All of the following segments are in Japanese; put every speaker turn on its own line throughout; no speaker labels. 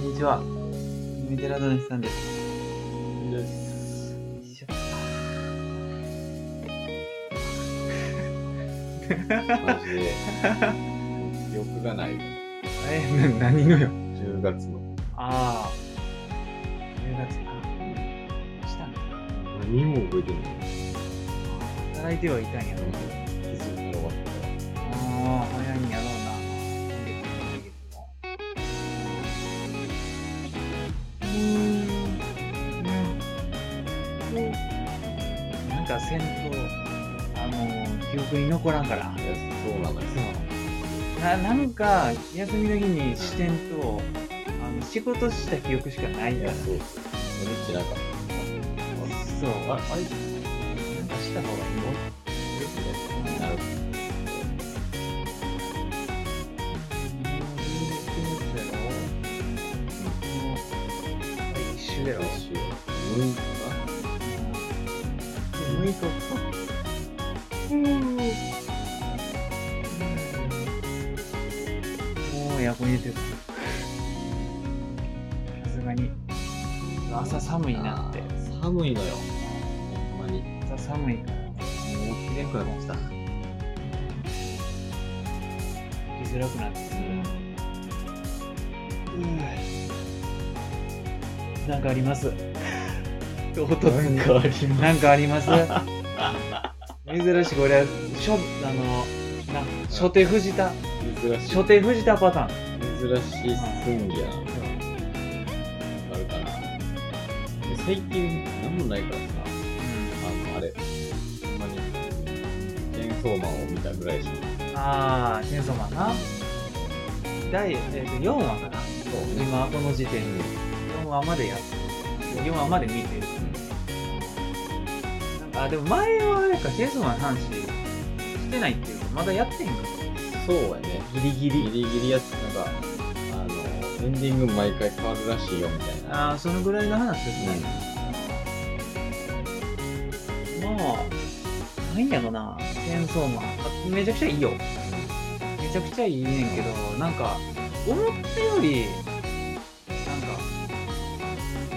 にちは。メテラドネスさんです。
です。
よいしょ
マジで、記憶がない。
え、な、 何のよ。
10月の。
ああ。10月か。したんだ。
何も覚えてない。
働いてはいたんやろ。
気づいたら終わったから。
ああ、早いんやろうな。今月も来月も。
なんか戦闘、あのー、記憶に残らんから。
いやそうなのよ。
そう。な、なんか、休みの日に視点と、あの、仕事した記憶しかない
い
か
や、
ら。
そうそう。俺っちなんかった。
そう。
あ、
なんか
あれ
した方がいいよ。
なるほ
一周や
ど。
ろ。
一週6日
6日か。もうエアコン入れてる。さすがに。朝寒いなって。
寒いのよ。ほんまに。も
朝寒いから。
う起きれんくなってきた。
生きづらくなってくる。なんかあります。唐突に。
あり
なんかあります 珍しく俺は、しょ、あの、な、初手藤田、
珍しい。
初手藤田パターン。
珍しい寸やな。わかるかな。で最近、なんもないからさ。あの、あれ、ほんまに、チェーンソーマンを見たぐらいしか、
ああ、チェーンソーマンな。第、えーと4話かな。今、この時点で。4話までやってる。4話まで見てる。なんか、あでも前はあれか、チェーンソーマンの話してないっていうか、まだやってへんか
そうやね。ギリギリ。ギリギリやつ、なんか、あの、エンディング毎回変わるらしいよ、みたいな。
ああ、そのぐらいの話ですね。まあ、なんやろな、チェーンソーマン。あめちゃくちゃいいよ。めちゃくちゃいいねんけど、なんか、思ったより、なんか、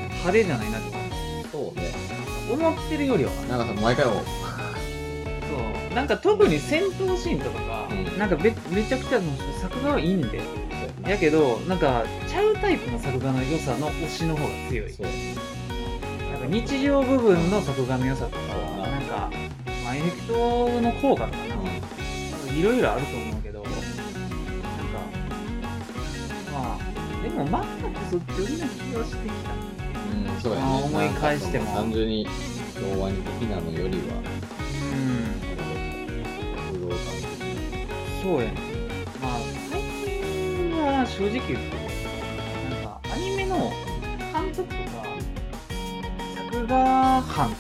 派手じゃないなって
そうね。
思うなんか思ってるよりは。
なんかさ、毎回も、
そう。なんか特に戦闘シーンとかが、
うん
なんかめめちゃくちゃもう作画はいいんで。やけど、なんか、ちゃうタイプの作画の良さの推しの方が強い。
そう。
なんか日常部分の作画の良さとか、なんか、まあ、エフェクトの効果とかな、いろいろあると思うけど、なんか、まあ、でもマックスってよりな気がしてきた。
うん、そうや
あー
ね。
思い返しても
なんかその単純に、童話的なのよりは、
うん、
なんか武道館的な
そうやね。まあ、最近は正直言って、なんか、アニメの監督とか、作画班っ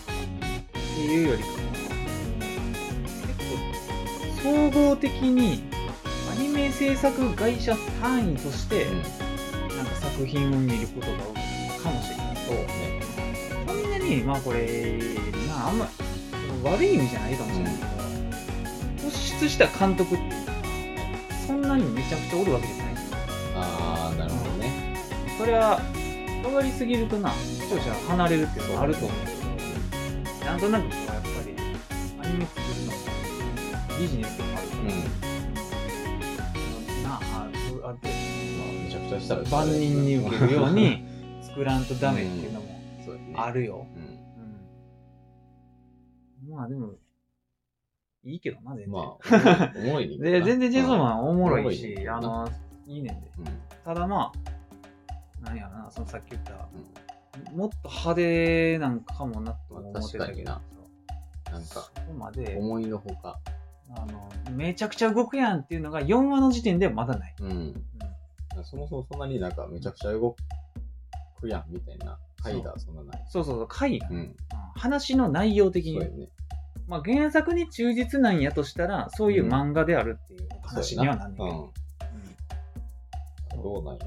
ていうよりかも、結構、総合的に、アニメ制作会社単位として、
うん、
なんか作品を見ることが多いかもしれない。
そうね。
そんなに、まあこれ、まああんま悪い意味じゃないかもしれないけど、突出した監督っていうのは、そんなにめちゃくちゃおるわけじゃない。
あー、なるほどね。
それは、変わりすぎるとな、視聴者離れるっていうのはあると思うけど、なんとなくこうやっぱり、アニメ作るのってビジネスでもあるか
うん。
ら、なあ、ある
まあめちゃくちゃしたら
程度、万人に受けるよう。に作らんとダメっていうのも
そうやね。
あるよ。
うん。
うんまあでも、いいけどな、全然。
まあ、重いね
で、全然ジェイソンマンおもろい
おもろい
し、
ね
あの、いいねんで。
うん
ただまあ、なんやろな、そのさっき言った、もっと派手なんかもなと思ってたけど、
まあなん
そ
か、
こまで、
思いのほか。
あの、めちゃくちゃ動くやんっていうのが4話の時点ではまだない。
うん。そもそもそんなになんかめちゃくちゃ動くやんみたいな回がそんなない。
そうそうそう、回が、
う
うん
ん。
話の内容的
そう
に、
やね。
まあ原作に忠実なんやとしたら、そういう漫画であるっていう話にはなんねんけ
う
ど。
ん。
うん
どうなんや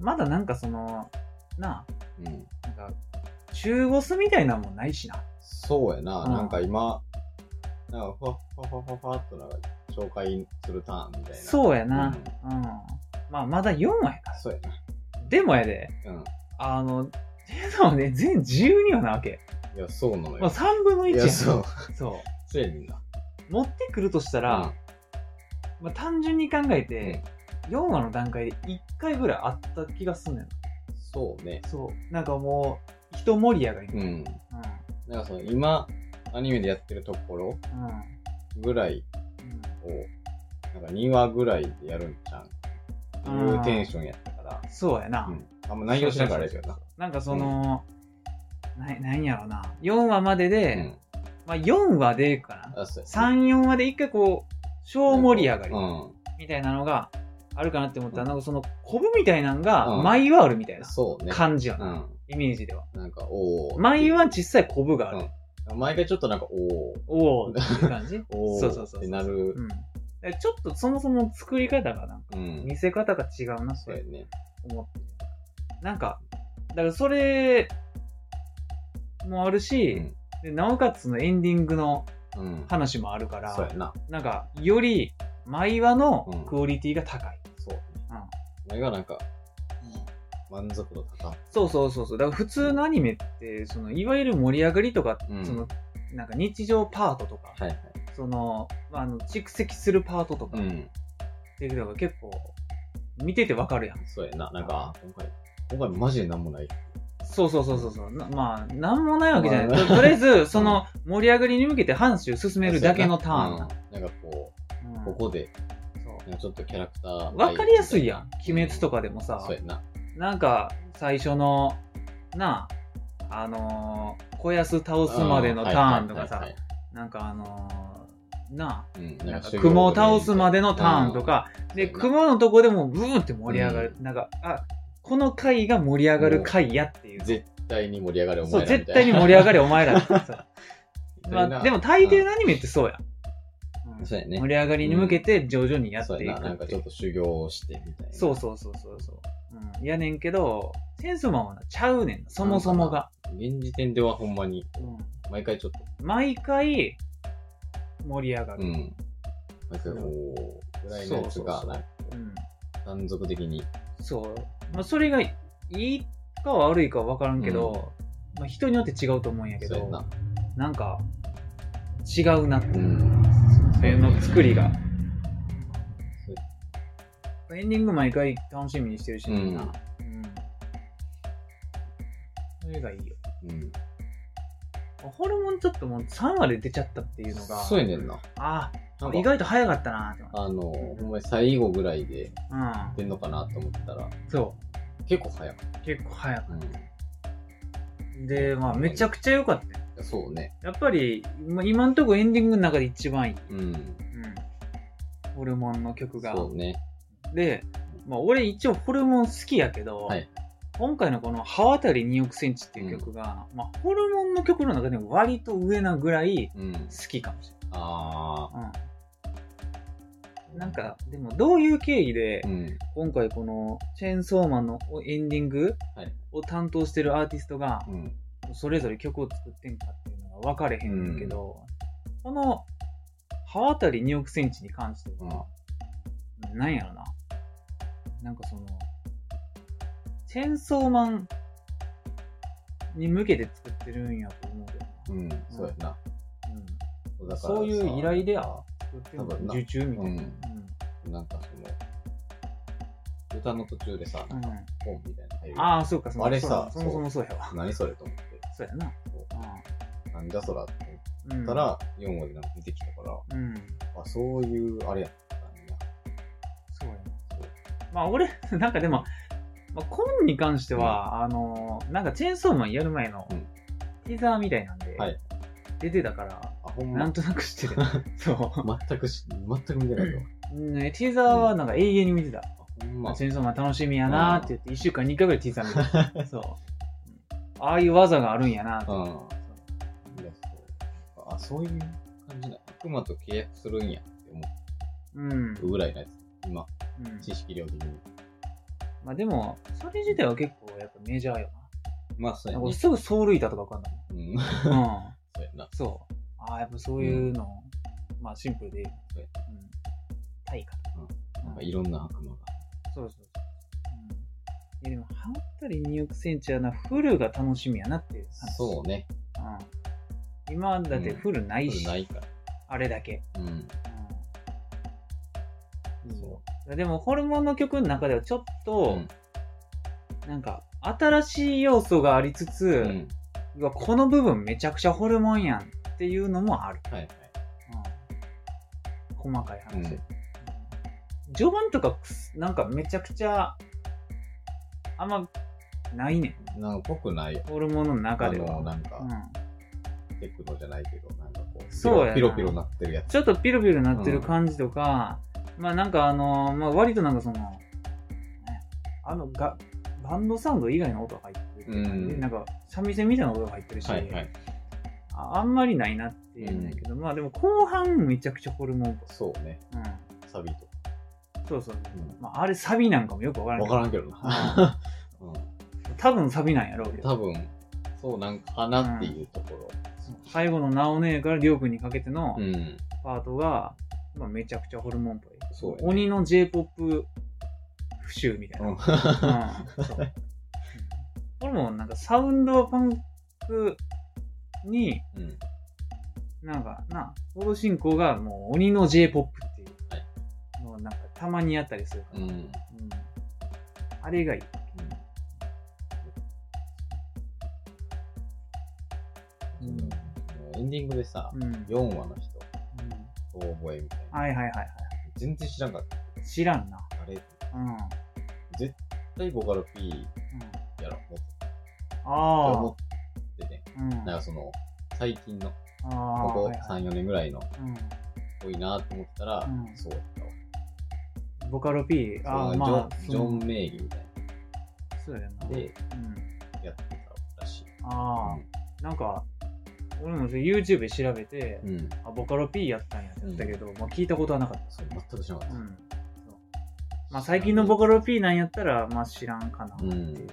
まだなんかその、な
ろ。うん。
あ、なんか、中ゴスみたいなもんないしな。
そうやな。
うん
なんか今、なんか、ふわふわふわふわふわっとなんか、紹介するターンみたいな。う
そうや
や
な。うん。まあ、まだ4話やか
そうやな。
ら。でもやで、
うん
あの、チェーンソーマンね、全12話なわけ。
いや、そうなの
まあ、
よ。
3分の1
い
やん
や、そう。
そ
そうやねんな。
う。持ってくるとしたら、まあ、単純に考えて、4話の段階で1回ぐらいあった気がすんねん。
うんそうね。
そう。なんかもう、一盛り上がり。
う
うん。うん。
ん。なんかその、今、アニメでやってるところぐらいを、なんか2話ぐらいでやるんちゃうっていうテンションやったから、
うん。そうやな。
うん。あんま内容しながらあれだけどな。
なんかその、ななんやろな。4話までで、
うん。
まあ4話でかな。
あ、そうや
3、4話で一回こう、小盛り上がり
うん。
みたいなのがあるかなって思ったら、なんかそのコブみたいなのが
うん
毎話あるみたいな
そうね。
感じや
う
な、
ん。
イメージでは。
なんか、おー。
毎話小さいコブがある。
毎回ちょっとなんか、おー。
おおっていう感じ
おー
そうそうそうそう
ってなる。
うん、だからちょっとそもそも作り方がなんか、
うん。
見せ方が違うなっ
そうや
て
ね。
思ってる。なんか、だからそれもあるし、
うん
でなおかつそのエンディングの
うん。
話もあるから、
そうやな。
なんか、より、毎話のクオリティが高い。
そう。
うん
前がなんか、満足度高い。
そうそうそうそう。だから普通のアニメって、その、いわゆる盛り上がりとか、
うん
その、なんか日常パートとか、
はいはい。
その、まあ、あの、蓄積するパートとか
う
っ
ん。
ていうのが結構、見ててわかるやん。
そうやな。なんか、今回、今回マジでなんもない。
そうそうそうそうそう。なまあ、なんもないわけじゃ
ま
な
あ
い。ととりあえず、その、盛り上がりに向けて半周進めるだけのターンな。
うんなんかこ
う
う、
ん
ここで、
そう
なんかちょっとキャラクター。
わかりやすいやん。鬼滅とかでもさ、
そうやな。
なんか、最初の、なあ、あのー、小安倒すまでのターンとか
うん
さ
はいはいはい、
なんかあのー、な
うん
あ、なんか
修行
雲を倒すまでのターンとか、で、
そうやな
雲のとこでもブーンって盛り上がる。なんか、あ、この回が盛り上がる回やってい
うん
う。
絶対に盛り上がるお
そ
前
う、
ら
絶対に盛り上がれ、お前ら。そう
みたい
ま
な
あ、でも大抵のアニメってそうや。うん
そうやね
盛り上がりに向けて徐々にやっ
そう
てい
や
く
な。なん
っ
か
て
ち
い
ょっ
う。
と修行してみたいな。
そうそうそうそうそう。うん、やねんけど、チェンソーマンはなちゃうねんな。そもそもが。
現時点ではほんまに、
うん
毎回ちょっと、
毎回盛り上が
う
る。
ん。なんかこう、ぐらいのやつが、
そうそうそう
なんか
うん
断続的に。
そう。まあ、それがいいか悪いかは分からんけど、まあ、人によって違うと思うんやけ
そうや
ど、
な。
なんか違うなって、
ん。
そういうの作りが
そう。
エンディング毎回楽しみにしてるし、みんな。
うん
うんそれがいいよ。
うん。
ホルモンちょっともう3話で出ちゃったっていうのが、
そうやねんな。
あ
なん
あ、意
か、
外と早かったなって思
あの、ほんまに最後ぐらいで
う。
出んのかなと思ったら、
うん。そ
結構早く。
う。結構早かった
うん。い
で、まあ、めちゃくちゃ良かったよ
やそうね。
やっぱり、まあ今んとこエンディングの中で一番いい。
うん。
うん。ホルモンの曲が。
そうね。
で、まあ、俺一応ホルモン好きやけど、
はい
今回のこの「刃渡り2億センチ」っていう曲が、まあ、ホルモンの曲の中でも割と上なぐらい
うん。
好きかもし
あ
れない。う
ー。
ん。なん、か、でもどういう経緯で、
うん。
今回このチェーンソーマンのエンディング
はい
を担当してるアーティストが、
うん。
それぞれ曲を作ってんかっていうのが分かれへんねんけど、この刃渡り2億センチに関して
うん
は、なんやろな。なんかその、チェーンソーマンに向けて作ってるんやと思うけどな。
うん。そうやな。
うん
だからさ
そういう依頼でや作って
多分
る
な
受注みた
う
いな。
ん。なんかその、歌の途中でさ、
うんうん
本みたいなの入る。
ああ、そうか、その
あれさ
そうそもそもそうやわ。
何それと思って。
そうやな。
なんじゃそらって思
うん
った、ら、4話でなんか出てきたから、
うん、
あ、そういう、あれやったんや。
そうやな。
そう
まあ俺、 なんかでも、まあ、コンに関しては、あのー、なんかチェーンソーマンやる前の
うん
ティザーみたいなんで、
はい
出てたから、
あ、ほん
な
ま
ん。となく知 ってた。そ
全くし、全く見てないよ。
う。ね、ティザーはなんか永遠に見てた。
あ、ほんま。
チェーンソーマン楽しみやなーって言って、1週間2回ぐらいティザー見てた。そう。ああいう技があるんやなー
う
っ
ん。いや、そう。あ、そういう感じな。悪魔と契約するんやって思
て。うん。うん
うぐらいのやつ。今、知識量的に。
まあでも、それ自体は結構やっぱメジャーよ
まあ、そう
な。
や
なんか
ね。
すぐソウルイタとかわかんない。
うん。そ
うん。
うやな。
そう。ああ、やっぱそういうの、まあシンプルでいい。
そうや
うん。対価。
なんかいろんな悪魔が。
そうそうそう。やでもハマったり2億センチはなフルが楽しみやなっていう話
そうね。
うん、今だってフルない
これ
し、
ないか
あれだけ、
ら。うん。
うん
そ
でもホルモンの曲の中ではちょっと、
うん
なんか新しい要素がありつ
う
つ、
ん。
うわこの部分めちゃくちゃホルモンやんっていうのもある、
はいはい。
うん細かい話、
うん
序盤とかくすなんかめちゃくちゃあんまないね
なんかぽくないよ。
んホルモンの中
あ
で
の、
は、
なんか
う、ん、
テクノじゃないけど、なんかこう、
そうやな
ピロピロなってるやつ。
ちょっとピロピロなってる感じとか、まあなんかあのまあ割となんかその、ね、あのが、バンドサウンド以外の音が入ってるっていう感じで、
うん
なんか三味線みたいな音が入ってるし、
はいはい。
ああんまりないなっていうんだけど、まあでも後半めちゃくちゃホルモンっぽい
そうね。
う
サビと
ん。そうそう。
うん
まああれサビなんかもよくわからな
わ
い。
からんけどな。 うん。
多分サビなんやろうけど。
多分、そうなんかなっていうところ。
最後のなおねえからりょうくんにかけての
うん。
パートが、まあめちゃくちゃホルモンっぽい。
そうやね
鬼の J-POP 不集みたいな。うんそうこれもなんかサウンドパンクに、
うん。
なんかな、報道進行がもう鬼の J-POP っていうのがなんかたまにあったりするから、
うん。うん
うんあれがいい。
う
うん
んエンディングでさ、
うん
4話の人、
うん
遠吠えみたいな。
はいはいはいは
全然知らんかった。
い。知らんな。
あれ絶
うん。うん、
対ボカロ P やろ、もっと思
あ
ってて。
あ。うん。
なんかその、最近の、
あ
こ
あ。
こ
はいはい
3、4年ぐらいの、
う
多いなと思ったら
う、ん
そうやったわ。
ん、ボカロ P、ああ、
そう
まあ、
ジョンジョン
そ
名義みたいう
そうやな。
な。
う
で、
ん、
やってたらしい。
ああ、なんか、俺もそれ YouTube で調べて、
うん。
あボカロ P やったんやって言ったけど、まあ聞いたことはなかっ
そう、全く知らな
た。
か
う
っ
ん。そうまあ最近のボカロ P なんやったら、まあ知らんかなって
た。う
い
ん
う。。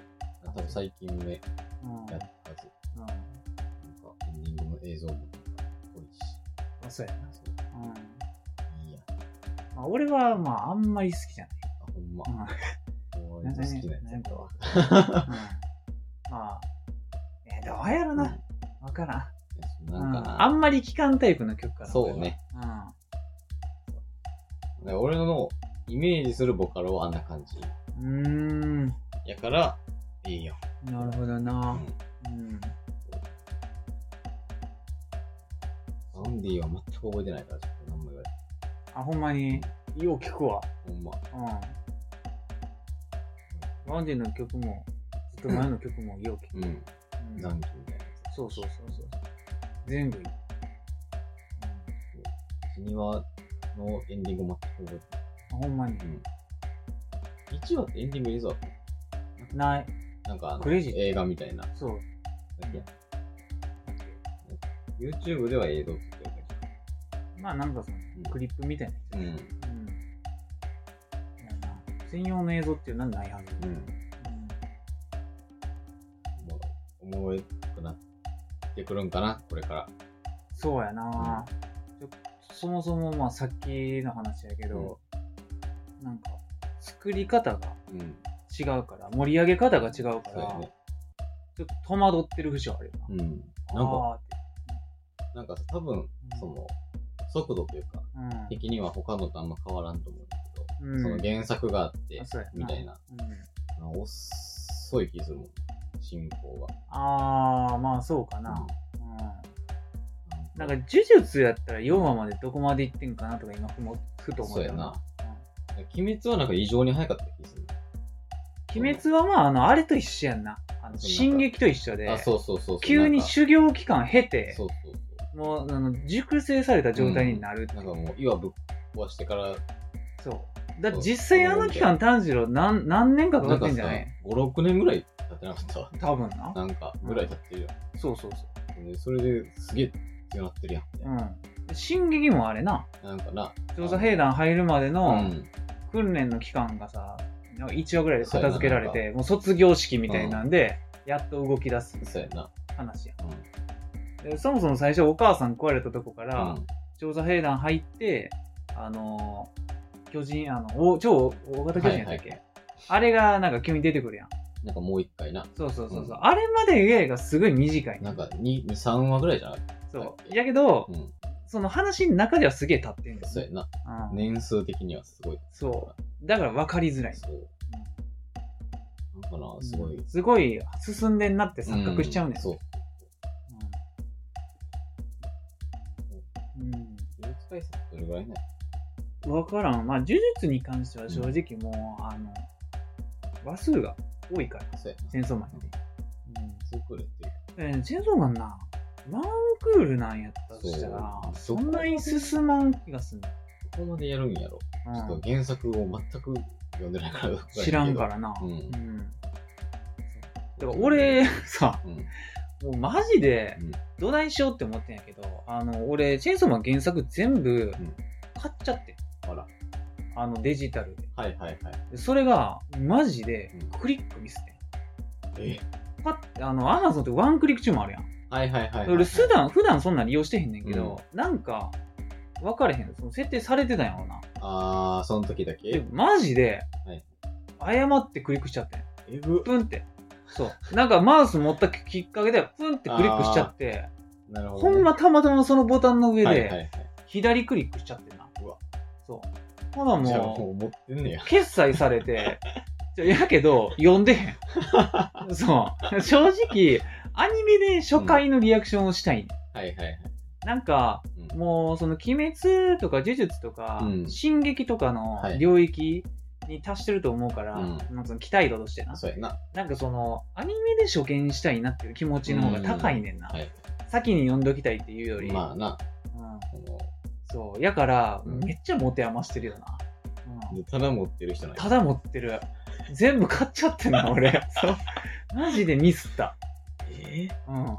多分最近ね、
うん。
やっ
う
たはず。
ん。
なんか、エンディングの映像も、多いし。
まあそうやな。
そ
うん。
う、いいやん。あ、
まあ俺は、まああんまり好きじゃ
ほんま。
ない。
も
う。
うんめっちゃ
ね
好きなやつや
なん
っ
か
たわ。
うん。まあ、えー、どうやろな。わからん。
うんなんか
うん、
な
あんまり期間タイプの曲かな。
そうね。
俺は。
だから俺のイメージするボカロはあんな感じ。
うん。う
やから、いいよ。
ーん。なるほど
う
な。
ん。
うん。
サンディは全く覚えてないから、ちょっと何も言われ
あ、ほんまに、よう聞くわ。
て。ほんま。
うん。ワンディの曲も、ずっと前の曲もよう聞く。
うん。
うん
残機みたいなや
そうそうそうそう。全部いい。
つ。君は、のエンディング全く覚え
あほんまに
て。ない。1話ってエンディング映像あった
ない。
なんかあの、
クレジット
映画みたいな。
そう。
いや YouTube では映像って言ってる
まあなんかその
うん、
クリップみたいなや
けど。うん。
つ。うん。やな専用の映像っていうのはないはず。
う
うん
ん。もう、おもろくなってくるんかな、これから。
そうやな、ちょそもそもまあさっきの話やけど、なんか作り方が
うん。
違うから盛り上げ方が違うか
そう
ら
や、ね。
ちょっと戸惑ってる節はあるよ
うん。
な。
なんか、
あーって
なんかさ、多分、その、速度というか、的には他のとあんま変わらんと思うんだけど、
うん、うん
その原作があって
あ、そうやな
みたいな、
うん
あの遅い気するもん、進行が。
あー、まあそうかな。うん
うん
なんか呪術やったら4話までどこまでいってんかなとか今ふもふと思
そう
っ
や
た
な。鬼滅はなんか異常に早かった気する。
うん鬼滅はまああのあれと一緒やんな。あの
そう
進撃と一緒で
あ、、そうそうそうそう。
急に
なんか
修行期間経て、
そうそうそ
もうあの熟成された状態になるって
う。
い
な
うん
かもう、岩ぶっ壊して から、
そうだって実際あの期間炭治郎何何年かかか
な
っ
ん
て
か
んじゃ
さ
ない、
5、6年ぐらい経ってなかった。
多分な
なんか、ぐらい経ってるや
そうそうそ
ん。でそれですげえ強なってるやん。みたいうな
うんで進撃もあれな
なんかな。
調査兵団入るまで
う
の
ん。
訓練の期間がさなんか1話ぐらいで片付けられてもう卒業式みたいなんで、やっと動き出す
そうやな。
話や
うん
でそもそも最初お母さん食われたとこか
う
ら、
ん。
調査兵団入ってあのー巨人あのお超大型巨人やったっけ、あれがなんか急に出てくるやん。
なんかもう一回な。
そうそうそうそうう。あれまでがすごい短い。
なんか2、3話ぐらいじゃなかっ
そう。やけど
た。、うん。
その話の中ではすげえ立ってるんです
そう
よ。
やな。
うん
年数的にはすごい。
そう。だから分かりづらい。
そう。なんかな、すごい。
すごい進んでんなって錯覚しちゃうねん。
そう。
うんうん
呪術廻戦どれぐらいね。
分からん。まあ、呪術に関しては正直もう、あの、話数が多いから、
そうやな。
チェーンソーマン
うんツークールっていう。
うん。えチェーンソーマンな、ワンクールなんやったとしたら、
そ
そう
そこ
んなに進まん気がする、
ここまでやるんやろ。
う
ちょっ
ん
と原作を全く読んでないから。
知らんからな。
う
うんん。だから俺、さ、
うん。
もうマジで
うん、
どないしようって思ってんやけど、あの、俺、チェーンソーマン原作全部
ん
買っちゃって。
あら。
あの、デジタルで。
はいはいはい。
でそれが、マジで
うん、
クリックミスってん。
え
パッて、あの、アマゾンってワンクリック注文あるやん。
はいはいはいはい。
俺、普段、普段そんなん利用してへんねんけど、なんか、分かれへん。その設定されてたんやろな。
あー、その時だ
で
け。
マジで
はい、
誤ってクリックしちゃってん。
えぐ。
プンって。そう。なんかマウス持ったきっかけで、プンってクリックしちゃって、
なるほど
ほ
ね。
んまたまたまそのボタンの上
はいはいは
で、
い。
左クリックしちゃってんな。
うわ
そう。ほな
じゃあ
も
もう持ってんねや
う、。決済されて、じゃやけど、読んでへん。そう。正直、アニメで初回のリアクションをしたいねん。
はいはいはい。
なんか、
うん
もう、その、鬼滅とか呪術とか、
うん
進撃とかの
はい
領域に達してると思うから、
うん
なんかその期待度としてな。
そうやな。
なんかその、アニメで初見したいなっていう気持ちの方が高いねんな。
はい。
先に読んどきたいっていうより。
まあな、
うん、
この
そう。やから、
うん
めっちゃ持て余してるよな。うん
でただ持ってる人ない。
ただ持ってる。全部買っちゃってん な、俺。そう。マジでミスった。
え
うん。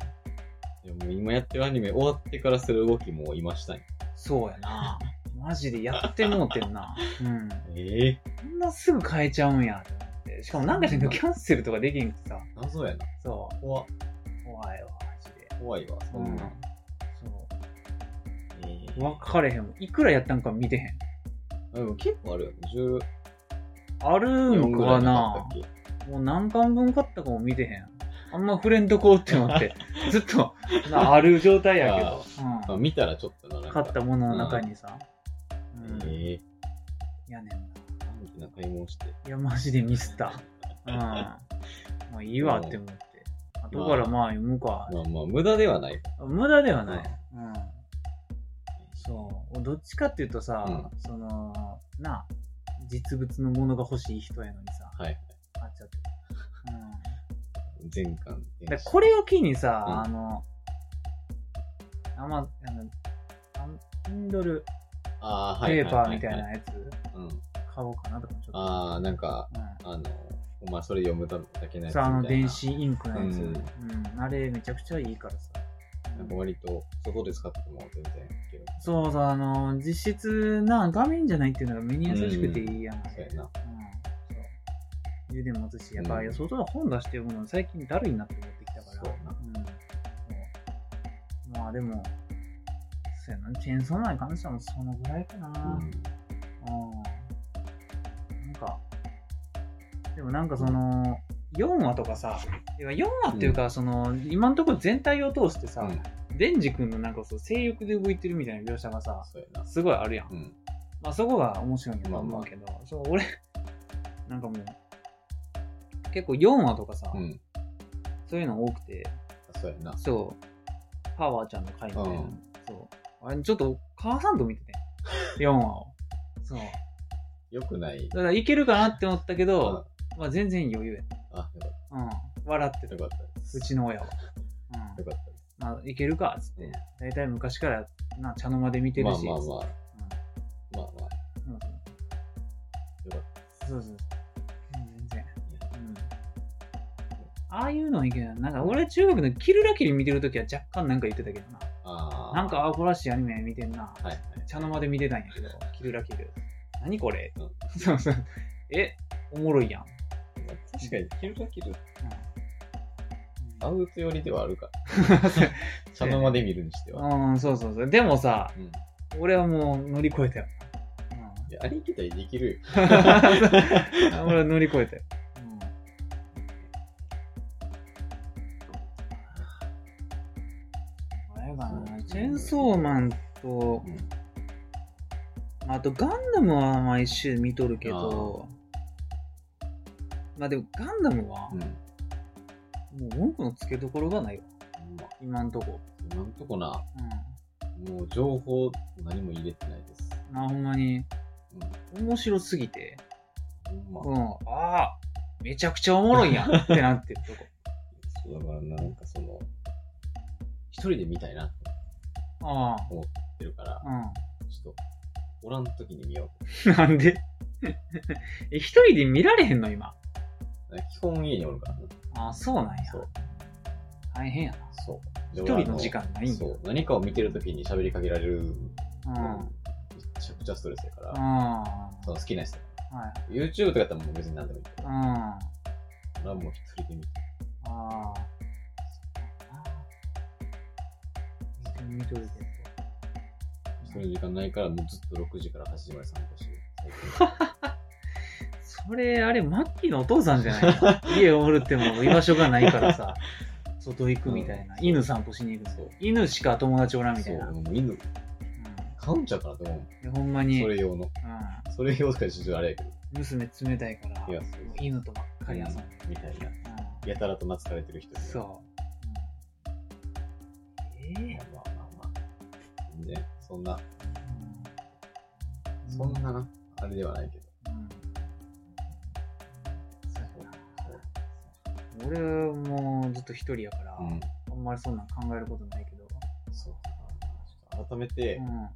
いやもう今やってるアニメ終わってからする動きもいましたね。
そうやな。マジでやってもうてんな。うん。
ええ
こんなすぐ変えちゃうんやと思って。しかもなんかしらんけどキャンセルとかできんくてさ。
謎やな。
そ
怖
う。怖いわ、マジで。
怖いわ、そんなん。
そ
ええ
う。分かれへんもん。いくらやったんか見てへん。
でも結構あるよね。
ある
14
ん
ぐら
か
いなか
な
ったっけ
もう何巻分買ったかも見てへん。あんま触れんとこうって思 って。ずっと、なある状態やけど。
ま
う
あ、
ん。
見たらちょっとななん
買ったものの中にさ。う
うん
ん。
ええ
やねんな。
短期な買い物して。
いや、マジでミスった。うん。まあいいわって思って。後からまあ読むか。
まあまあ、無駄ではない。
無駄ではない。うん。そう。どっちかっていうとさ、
う
その、な、実物のものが欲しい人やのにさ、
はい。
あっちゃって。
前巻。
うん。だからこれを機にさ、あの、あま、あの、アンドル
あーは
ペ
い
ーパ
は
ー
は
みたい
は
なやつ
うん。
買おうかなとかもちょっと。
ああ、なんか、
う
あの、まあ、それ読むだけ
ん。
のやつみたいな。
さあ、の、電子インクのやつ。
う
うんん。あれ、めちゃくちゃいいからさ。
なんか割と、そこで使っても全然いける。
そうそう、あの、実質な画面じゃないっていうのが目に優しくていいやん。
そうやな。
うんそう充電もつし、やっぱ、
うん
いや外の本出してるもの最近だるいなって思ってきたから。
そうやな
うんそうまあでも、そうやな、チェーンソーマンに関してはもうそのぐらいかな。うん。
ん。
なんか、でもなんかその、4話とかさ、いや4話っていうか、その、今のところ全体を通してさ、
うん
デンジ君のなんかそう、性欲で動いてるみたいな描写がさ、
そうやな。
すごいあるやん。
うん。
まあそこが面白いんやと
まあまあ
思うけど、そう俺、なんかもう、結構4話とかさ、
うん。
そういうの多くて、
そうやな。
そう、パワーちゃんの回みたいな、
うん
そう。あれ、ちょっと、母さんと見てて、4話を。そう。
よくない。
だからいけるかなって思ったけ
うん
ど、まあ全然余裕や。
あ、よかっ
うん。笑って
た。
た
よ。かったです。
うちの親は。うん。
よかったです。
まあ、いけるか、つって。大体昔から、な、茶の間で見て
ま
る
あ
し。
まあまあ。まあまあ。
うん。うん
よかっ
そうそうそう。全然。
た。
うんああいうのはいけない。なんか俺中学のキルラキル見てるときは若干なんか言ってたけどな。
ああ。
なんか、ああ、こらしいアニメ見てんな。
はいはい。
茶の間で見てたんやけど、キルラキル。何これ
うん
そうそう。え、おもろいやん。
確かに、キルラキル、ア
う
ウト寄りではある か。
ん
茶の間で見るにしては。
うん、そうそうそう。でもさ、
うん。
俺はもう乗り越えたよ。
いやあれいけたりできるよ。
あ俺は乗り越えて。あれだなチェンソーマンと、あとガンダムは毎週見とるけど、まあでもガンダムは
う、ん。うん
もう文句の付けどころがないよ。
まあ
今んとこ。
今んとこな、
う
もう情報何も入れてないです。
ん。まあほんまに、面白すぎて、
うん。まあ
うん、ああ、めちゃくちゃおもろい やんってなってるとこ。
そうだからなんかその、一人で見たいなって思
あ
ってるから、
あ、
ちょっと、おらんときに見よう
うん。なんで え、一人で見られへんの今。。
基本家におるからね。
ああ、そうなんや。
そう。
大変や
そう。
一
で
人
俺あ
の時間ないんや
そう。何かを見てるときに喋りかけられる。
な。うん。
めちゃくちゃストレスやから、
ああ。
その好きな人。
はい。
YouTube とかだったらもう別に何でもいいけ
う
ど
ん。、あ
俺はもう一人で見て。
あ。そうかな見とるけど
その時間ないから、もうずっと6時から8時まで散歩してる。
それ、あれ、マッキーのお父さんじゃない の家おるっても居場所がないからさ、外行くみたいな。
うん
犬散歩しに行く
そう。
犬しか友達お らんみた
そ、
いうな。うん
もう犬、買うんちゃうかなと思うもん。
いやほんまに、
そうれ用の。
ん、
それ用とかちょっとあれやけど。
娘冷たいから、
いや、そう
もう犬とばっかり遊んでる。
みたいな。
う
やたらと懐かれてる人い
ん、
る
そう。うん、ええ
まあまあまあ。全然、そんな、そんなな、あれではないけど。
うんそう
そう
やな俺はもうずっと一人やから、
うん。
あんまりそんなん考えることないけど、
そうちょっと改めて、
うん、
一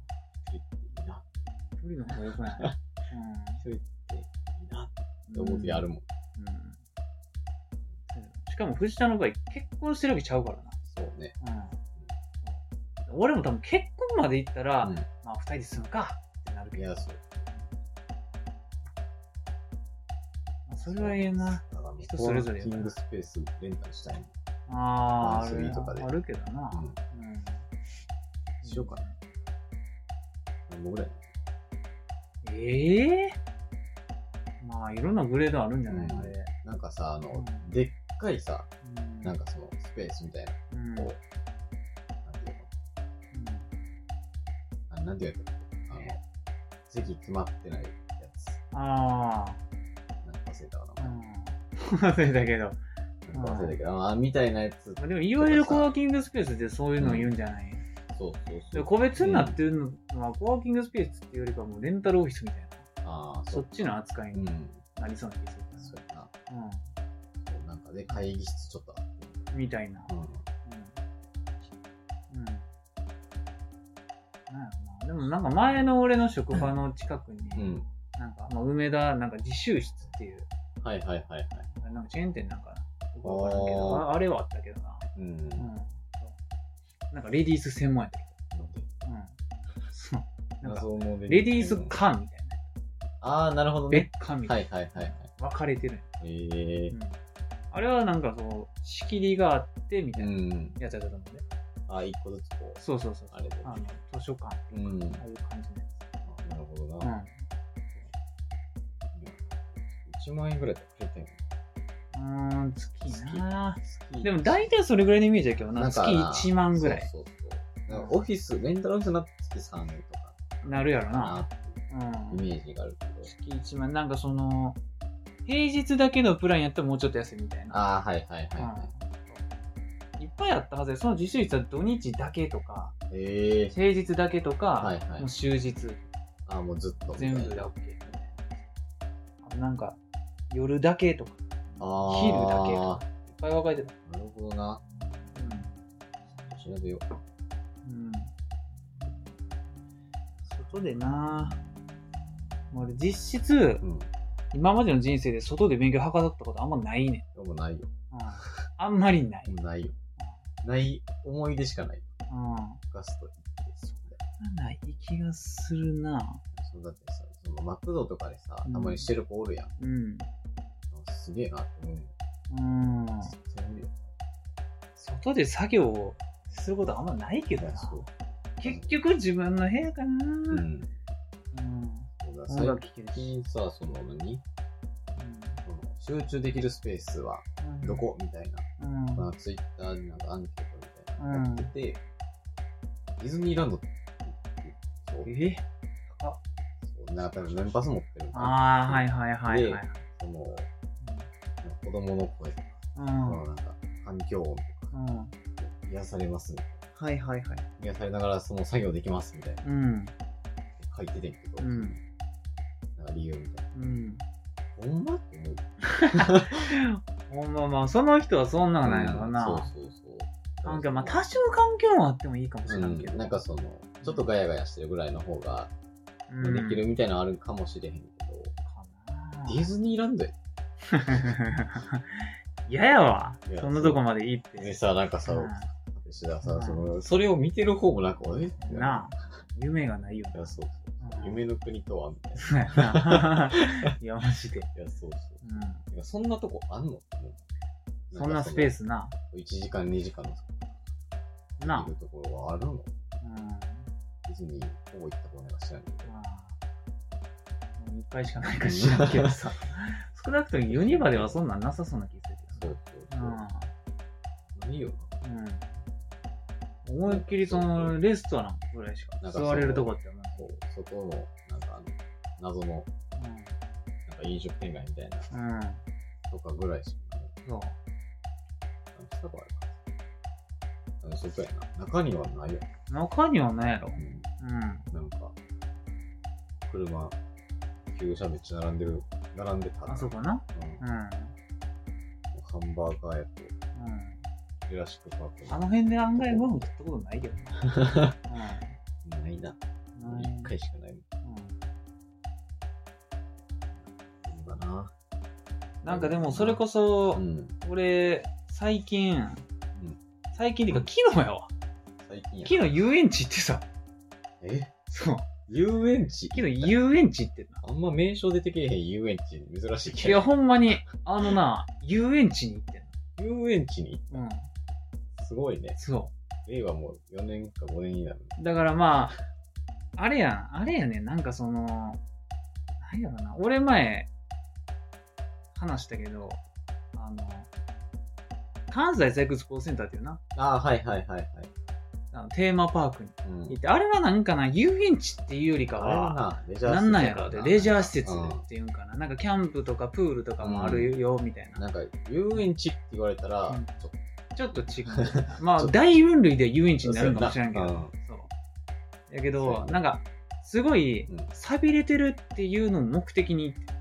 人っていいな、
一人の方がよく ない、
一人っていい
う
な
ん、
って思う時あるもん。
うん、そうやなしかも藤田の場合結婚してるわけちゃうから
そうね。
な、うん俺も多分結婚まで行ったら、
うん
まあ二人で住むかってなるけ
い
ど、
や、そう。
まあそれはええな
だからもう
人それぞれや
コ
から
ワーキングスペースレンタルしたい。
あああ
マンスリ
る
ーとかで
あるけどな、
うん。
うん
しようかな何本ぐらい
ええまあいろんなグレードあるんじゃないの、
うん
あれ、
なんかさ、あの、
うん
でっかいさ、
うん、
なんかそのスペースみたいな、
うん、
こう、なんていうのあなんていうやつあの
え、
席決まってないやつ。
あ
なんか忘れたか
あ、う
な。
ん、 忘れたけど、
なんか忘れたけど、あ、みたいなやつ。
まあ、でもいわゆるコワーキングスペースでそういうのを言うんじゃない、
そうそうそ
で
う。
個別になってるのは、コワーキングスペースっていうよりかはもうレンタルオフィスみたいな、
ああ、
そ
そ
っ
う。
ちの扱いうに
ん。
なりそうな気がする
そうやな。
うん
そうなんかで、会議室ちょっとあって。
みたいな。
うん。
うん。うん。なんやろな。でもなんか前の俺の職場の近くに、
うん。
なんか、まあ、梅田、なんか自習室っていう、
はいはいはいはい。
あれなんかチェーン店なんかな。よくわからんけど
あー
あ、あれはあったけどな。
うん。
う
なん
ん。そうなんかレディース専門やったけ
で
ど。うん。そう。なんか、
謎の
レディース館みたいな。
ああ、なるほど
別
ね。
館みた
はいいはいはいはい。
な。分かれてるんや
ええ
うんあれはなんかそう、仕切りがあってみた
う。
いなんやつやったと思うね。
あ、一個ずつこ
そうそうそう。
あれで
の、図書館、
う。うん。
ああいう感じのや
あなるほど
つ。
な。1万円ぐらいでくれたよね。
うん。うーん、月な
月
でも大体それぐらいのイメージだけどな。
なん
月
かな
1万ぐらい
そうそうそう。なんかオフィス、レンタルオフィスになって月3円とか
なるやろ
かな
な。
って
う
イ
ん。
メージがあるけど。
月1万。なんかその、平日だけのプランやったらもうちょっと安いみたいな。
ああ、はいはいはいは
うんいっぱいあったはずで、その自習室は土日だけとか、
い。ええ。
平日だけとか、
はいはい
もう終日
ああ、もうずっと。
全部で OK みたいな。あとなんか、夜だけとか、
ああ。
昼だけとか、いっぱい分かれてた。
なるほどな。調べよう。
うん。外でなもう俺実質、
うん。
今までの人生で外で勉強はかどったことあんまないねん。
でもないよ。
うん、あんまりない。
もうないよ。ない思い出しかない。
うん。
ガスト行って、そんな。
ない気がするな
そうだってさ、そのマクドとかでさ、たまにしてる子おるやん。
うん。
すげえなって思うよ。
うん。
絶対無理や
外で作業をすることあんまないけど
な。
な
そう。
結局自分の部屋かな
うん。
うん。
そうだから
音楽
最
聴けるし。
近さ、その何その集中できるスペースはどこみたいな。
うん。うん
まあ、ツイッターになんかアンケートみたいなのやってて、ディズニーランドってそう、
え
そうなんか多分年パス持ってるのかな
ああ、はいはいはいはい。
その、子供の声とか、
うん。
そうのなんか環境音と
ん。
か癒されますみたい
はいはいはい。
な癒されながらその作業できますみたいな
うん。
書いててんけど、
うん。
なんか理由みたい
うん。
な。ほんまって思う。
ほんままあ、その人はそんなんなんやろ
そう
な。
そうそう。
環境、まあ多少環境もあってもいいかもしれんけど。
うん、なんかその、ちょっとガヤガヤしてるぐらいの方が、
うん、
できるみたいなのあるかもしれへんけど、
かな
ディズニーランドや
嫌やわ
いや
そんなとこまでいいっ
で
て
さ、なんかさ、
う
私はさ、
うん
その、それを見てる方もなんか、えって
んなあ夢がないよ
いや、そうそう。
な
夢の国とは、みたい
そうや ないやマジで、
な。いや、そうそう
うん、
いや。そんなとこあんの
そんなスペー
ス。
スな
1時間、2時間のさ
な
見るところはあるの
うんま
別に、ほぼ行ったことないから知らんけど。
あもういっぱいしかないか知らんけど さ少なくともユニバではそんなんなさそうな気するけ
そ
ど
うそう
な
そう。いいよ
うん、うん、思いっきりそのレストランぐらいし
な
か
んかそ
座
の
れるとこって思
な。そう、そこの、なんかあの、謎の、なんか飲食店街みたいな、
ううん、うん、
とかぐらいしかない。
そう
あの、したことあるか。あの、そこやな。中にはないや
中にはないやろ
ん。うん
うん
なんか、車、旧車めっちゃ並んでる、並んでた。
あそこな。
うん
うん。
ハンバーガーやと、
うん。
ジュラシックパーク
あの辺で案外ご飯食ったことないけど な。
ないな。
うん。うん
一回しかないもん。そうだな。
なんかでもそれこそ
う、ん。
俺、最近、最近っていうか昨日やわ。
最近や。
昨日遊園地行ってさ、
え
そう。
遊園地
昨日遊園地行ってんな。
あんま名称出てけえへん遊園地、珍しい
い
け
や、
ど。
ほんまに、あのな、遊園地に行って
遊園地に、
んの。うん。
すごいね。
そ
令和もう4年か5年になる。
う。だからまあ、あれやん、あれやねん、なんかその、なんやろな、俺前、話したけど、あの、関西サイクルスポーツセンターっていうな、
ああ、はいはいはいはい。
あのテーマパークに
うん。
行って、あれはなんかな、遊園地っていうよりか
あれは
は、
な、レジャー施設
なんなんやろって、レジャー施設
うん
っていうんかな、なんかキャンプとかプールとかもあるよ、みたいな。
なんか、遊園地って言われたら、
うん
ちょっと
ちょっと 違う。ま
ちょ
あ、
っと
大分類で遊園地になるかもしれんけど、
う
そ
ん
う。やけ
そうや
どな
な、
んか、すごい
うん、
錆びれてるっていうのを目的に行って、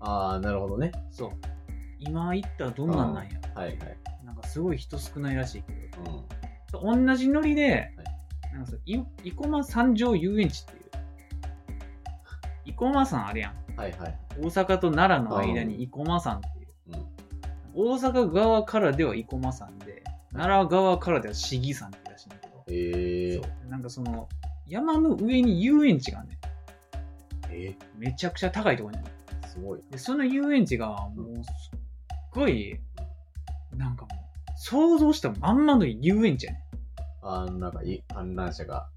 ああ、なるほどね。
そう。今行ったらどんなんなんや。
はいはい。
なんかすごい人少ないらしいけど。
うん。
同じノリで、なんかそうい生駒三条遊園地っていう。生駒山あれやん。
はいはい。
大阪と奈良の間に生駒山っていう。
うん。
大阪側からでは生駒山で、奈良側からでは市議山っていうらしいんだけど。
えー、
そうなんかその、山の上に遊園地があんね
え
ん、めちゃくちゃ高いところにあんねん
ー、すごい。
で、その遊園地が、もう、すっごい、なんかもう、想像したまんまの遊園地やねん。
あの、なんかい、観覧車が。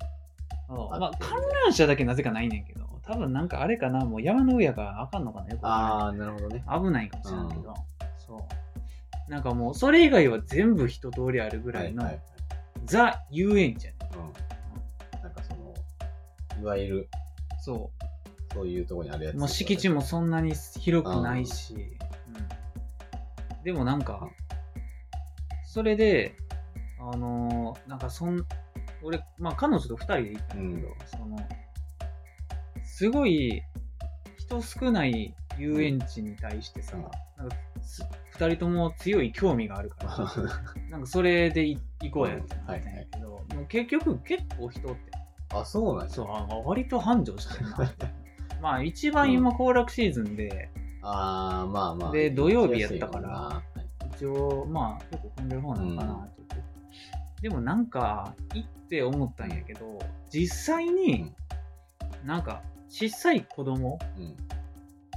うんまあ、観覧車だけなぜかないねんけど、多分なんかあれかな、もう山の上やからあかんのかな、よくわ
ああ、なるほどね。
からん危ないかもしれないけど、そう。なんかもう、それ以外は全部一通りあるぐらいの、
はいはい
ザ遊園地やね
はい。うん。なんかその、いわゆる、
ん。そ
そういうとこにあるやつ。
う。もう敷地もそんなに広くないし、うん。でもなんか、それで、あのーなんかそん、俺、まあ彼女と二人で行った
うん
だ
ん。
けど、その、すごい人少ない遊園地に対してさ、
うん
なんかす二人とも強い興味があるから、 なんかそれでい行こうやってなったんやけど、もう結局結構人って、
あ、そうなんや。
そう、あ割と繁盛してるな って。まあ一番今行楽シーズンで、
ああ、まあまあ。
で土曜日やったから
は
一応まあ結構混んでる方なのかなって言って、でもなんか行って思ったんやけど、実際になんか小さい子供、
い。うん。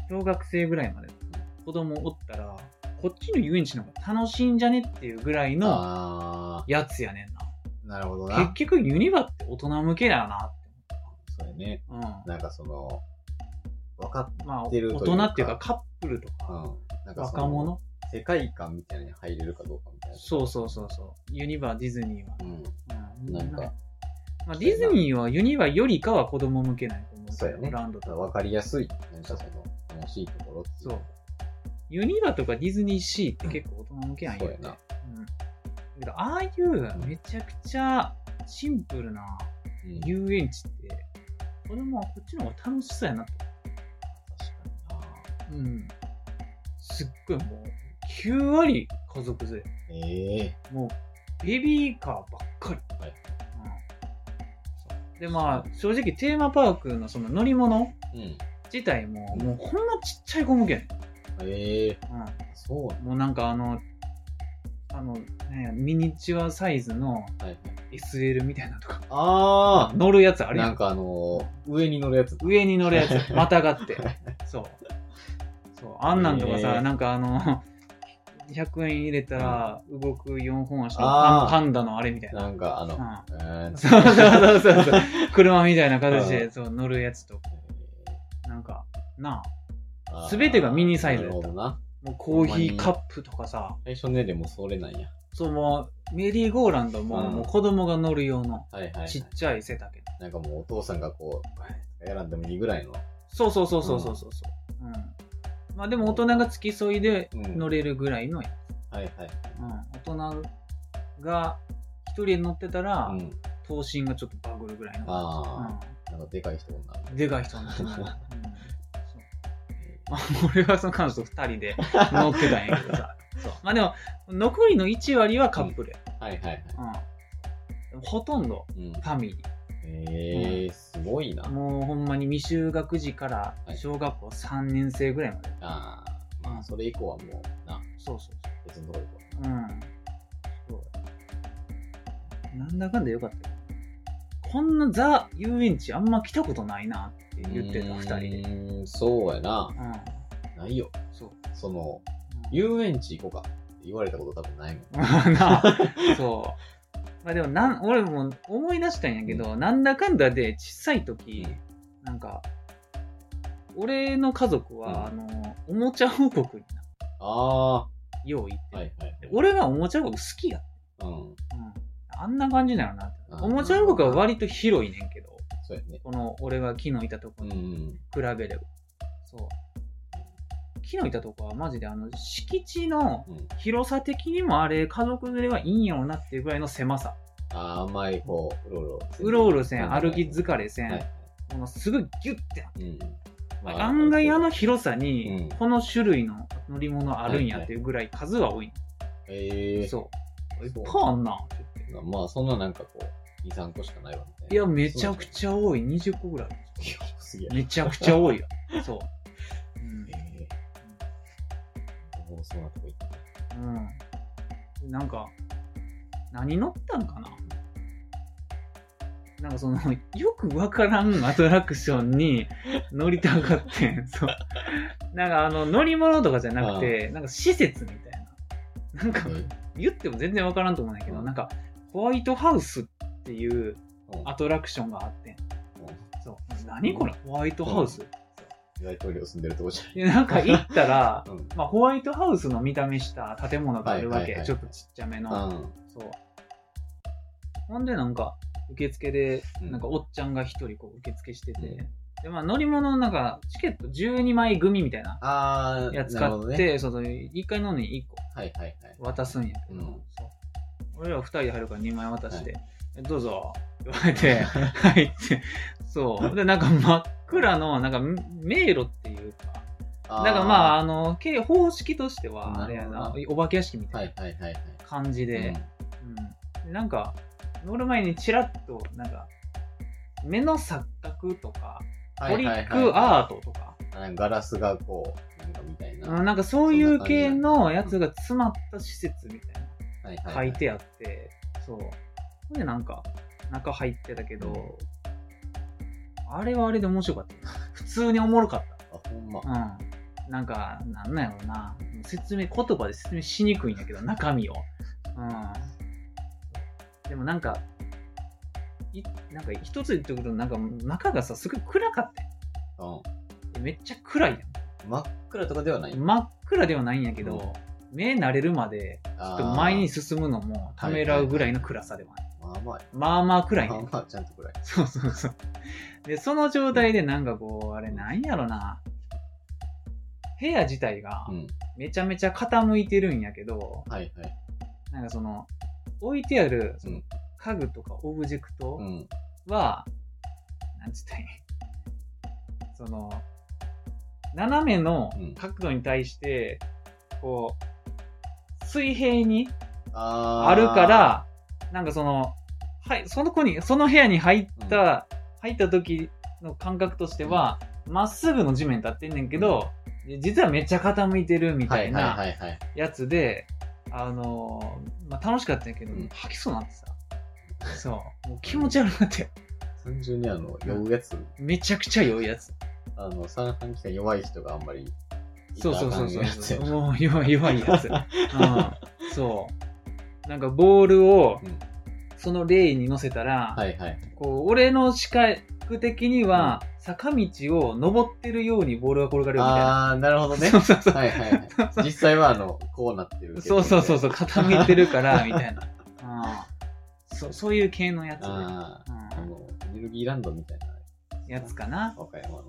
小学生ぐらいまで子供おったら、こっちの遊園地の方が楽しいんじゃねっていうぐらいの
あ
やつやねん
あ、なるほど
な。結
な。
局ユニバって大人向けだよなって
そうやね。
思った。
なんかその、分かっ
まあ、
知ってる
大
とい
人
うか
っていうかカップルと
た。
か、
なんかその
若者
世界観みたいなのに入れるかどうかみたいな。
そうそうそうそう。ユニバー、ディズニーは。
うん。
うん
なんか、
まあ、ディズニーはユニバーよりかは子供向けないと思うけど。
そうやね
ブランドとか。
分かりやすい。なんかその、楽しいところってい
そう。ユニバとかディズニーシーって結構大人向けなんよ、
そう
ね
や。な。
うん。だけど、ああいうめちゃくちゃシンプルな
うん確
遊園地って、子供はこっちの方が楽しそうやなと。
か
うん。すっごいもう、9割家族連れ。
にな。ええ
もう、ベビーカーばっかり。
はい
うん、で、まあ、正直テーマパークのその乗り物
うん。
自体も、もうほんまちっちゃい子向けやねん。
ええ
うん
そう
もうなんかあの、あの、なんやミニチュアサイズの
なんはい。
SL みたいなのとか、
あ
乗るやつあ
あ
るや
なん
ん。
かあのー、上に乗るやつ。
上に乗るや つ、またがって。そう。そう、あんなんとかさ、
へえ
なんかあの、100円入れたら動く4本足の
あ
パン
ー
パンダのあれみたいな。
なんかあの、
うん
うーん。
そうそうそうそう。車みたいな形でそう乗るやつとか、なんか、な
あー
全てがミニサイズ
なるほどな。
あ、もうコーヒーカップとかさ、
最初ね、でもそれなんや。
そうもう、メリーゴーランドも
うん
もう子供が乗る用の
はいはい、はい。
ちっちゃい背丈。
なんかもうお父さんがこう、やらんでもいいぐらいの。
そうそうそうそうそうそう。うん。まあでも大人が付き添いで乗れるぐらいの、
はいはい。
うん。大人が一人で乗ってたら、
うん。
頭身がちょっとバグるぐらいの。
ああ、なんかでかい人もなる。
うん。でかい人になってもらう。うんそうまあ、俺はその彼女と2人で乗ってたんやけど さそうまあでも残りの1割はカップルや、
はいはいはい。
うんほとんど
うん。
ファミリ
ええー、すごいな。
ーもうほんまに未就学児から小学校3年生ぐらいまで、
ああ、まあそれ以降はもう、な、
そうそう
別のとこ行こ
そううんそうなんだかんだよかったよこんなザ遊園地あんま来たことないなって
う。
言ってた2人で
うーん、そうやな。
うん
ないよ。
そう
その、
うん
遊園地行こうかって言われたこと多分ないもん。
なあ そう。まあでもなん、俺も思い出したんやけど、なんだかんだで小さい時、なんか、俺の家族は、あの、おもちゃ王国にな
あ
よう行ってて、
あ、はいはい。
で俺がおもちゃ王国好きやっ
うん。
た、うん、あんな感じなのなって
あー
おもちゃ王国は割と広いねんけど、
そうやね。
この俺が昨日いたとこ
うん
に
う
比
ん。
べれば。そう。昨日いたとこはマジであの、敷地の
うん
広さ的にもあれ、家族連れはいいんやろうなっていうぐらいの狭さ。
ああ、甘い、こう、うろうろ。
うろうろせん、歩き
ず
疲れせん、
はい。
ものすごいギュッてなって、
うん。ま
案外あの、広さに
うん
この種類の乗り物あるんやっていうぐらい数は多い。
ええー、
そう。いっ
そ
ぱ
う
いあんなって言って。
まあ、そんななんかこう、2、3個しかないわみたいな。
いや、めちゃくちゃ多い。20個ぐらいあるんですよ。
いや。すげえ。
めちゃくちゃ多 いよ。そう。うん
ええもうそんなとこ行った。
うん。なんか、何乗ったんかななんかその、 よくわからんアトラクションに乗りたがってん。 そう。なんかあの、乗り物とかじゃなくて、なんか施設みたいな。なんか、言っても全然わからんと思うんだけど、
うん
なんか、ホワイトハウスっていう
うん
アトラクションがあってん。そう。何これホワイトハウス、
大統領住んでるとこじゃない。
いやなんか行ったら、
うん。
まあ、ホワイトハウスの見た目した建物があるわ
はいはい
け。
はい
ちょっとちっちゃめの。
うん。
そう。ほんで、なんか、受付で、
うん
なんか、おっちゃんが一人、こう、受付してて、
うん
で、まあ、乗り物の、なんか、チケット12枚組みたいな
ああ、
やつ買
なるほ
っ
ど
て、
ね。
その、一回のに1
はいはいはい。
個渡すんやけど、
うん
そう俺ら二人で入るから2枚渡して、えどうぞ、言われ て、入って、そう。で、なんか、真っ暗の、なんか、迷路っていうか、
あー
なんかまあ、あの、け方式としては、あれや
なる
な
ほ、
お化け屋敷みた
はいいはいはいはい。
な感じで、
うん
うんで、なんか乗る前にちらっとなんか目の錯覚とかトリックアートとか、
あなんかガラスがこう、なんかみたいな。
うんなんかそういう系のやつが詰まった施設みたい
はい
な
は
書いてあって、そうそれでなんか中入ってたけど、あれはあれで面白かったな普通におもろかっ
あ、ほんま。
たうんなんかなんなんやろうな説明言葉で説明しにくいんだけど中身をうんでもなんか、いなんか一つ言っておくと、なんか中がさ、すごい暗かったよ
うん。
めっちゃ暗いやん
真っ暗とかではない。
真っ暗ではないんやけど、目慣れるまでちょっと前に進むのもためらうぐらいの暗さでもある、
まあまあ、
まあまあ暗い
まあ
ね
まあ、ちゃんと暗い。
そうそうそうでその状態でなんかこうあれなんやろな部屋自体が
うん。
めちゃめちゃ傾いてるんやけど、
はいはい。
なんかその置いてあるその
うん
家具とかオブジェクト
うん。
は、なんつったらいいその斜めの
うん
角度に対してこう水平に
あー
あるか、らなんかそのはいその子にその部屋に入った、入った時の感覚としてはま、っすぐの地面に立ってんねんけど、実はめっちゃ傾いてるみたいな
はいはいはいはい。
やつで、あのーまあ、楽しかったんやけど、
うん
吐きそうになって さ。そう。もう気持ち悪くなって。
単純にあの、酔うやつ、
めちゃくちゃ酔いやつ。
あの、三半期が弱い人があんまり、
そうそうそう
いたらあかん
そう。
や
もう弱い弱い やつ。うん。そう。なんかボールを
つうん
そのレイに乗せたら、
はいはい。
こう俺の視覚的には坂道を登ってるようにボールが転がるみたいな。
あー、なるほどね
そ。うそう そう。
はいはいはい。実際はあの、こうなってるけど。
そうそうそう
う。
そう、傾いてるから、みたいな。うん。そうそういう系のやつで、
ああ、あ
う
の、エネルギーランドみたいな。
ん、やつかな。
和歌山の。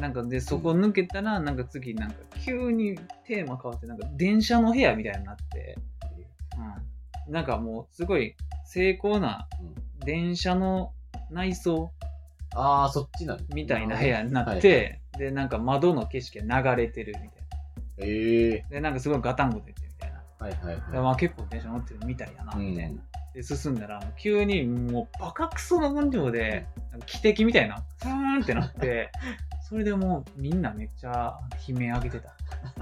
なんかでそこ抜けたらなんか次なんか急にテーマ変わってなんか電車の部屋みたいになって、うん、なんかもうすごい精巧な電車の内装
ああ、そっちなんだ
みたいな部屋になって、でなんか窓の景色が流れてるみたい
ええ
なでなんかすごいガタンゴ出てるみたいな、
はいはい
で
は
まあ、結構電車乗ってるみたいやなみたいな、
うん
で進んだらもう急にもうバカクソの分量でなんか汽笛みたいなスーンってなってそれでもうみんなめっちゃ悲鳴上げてた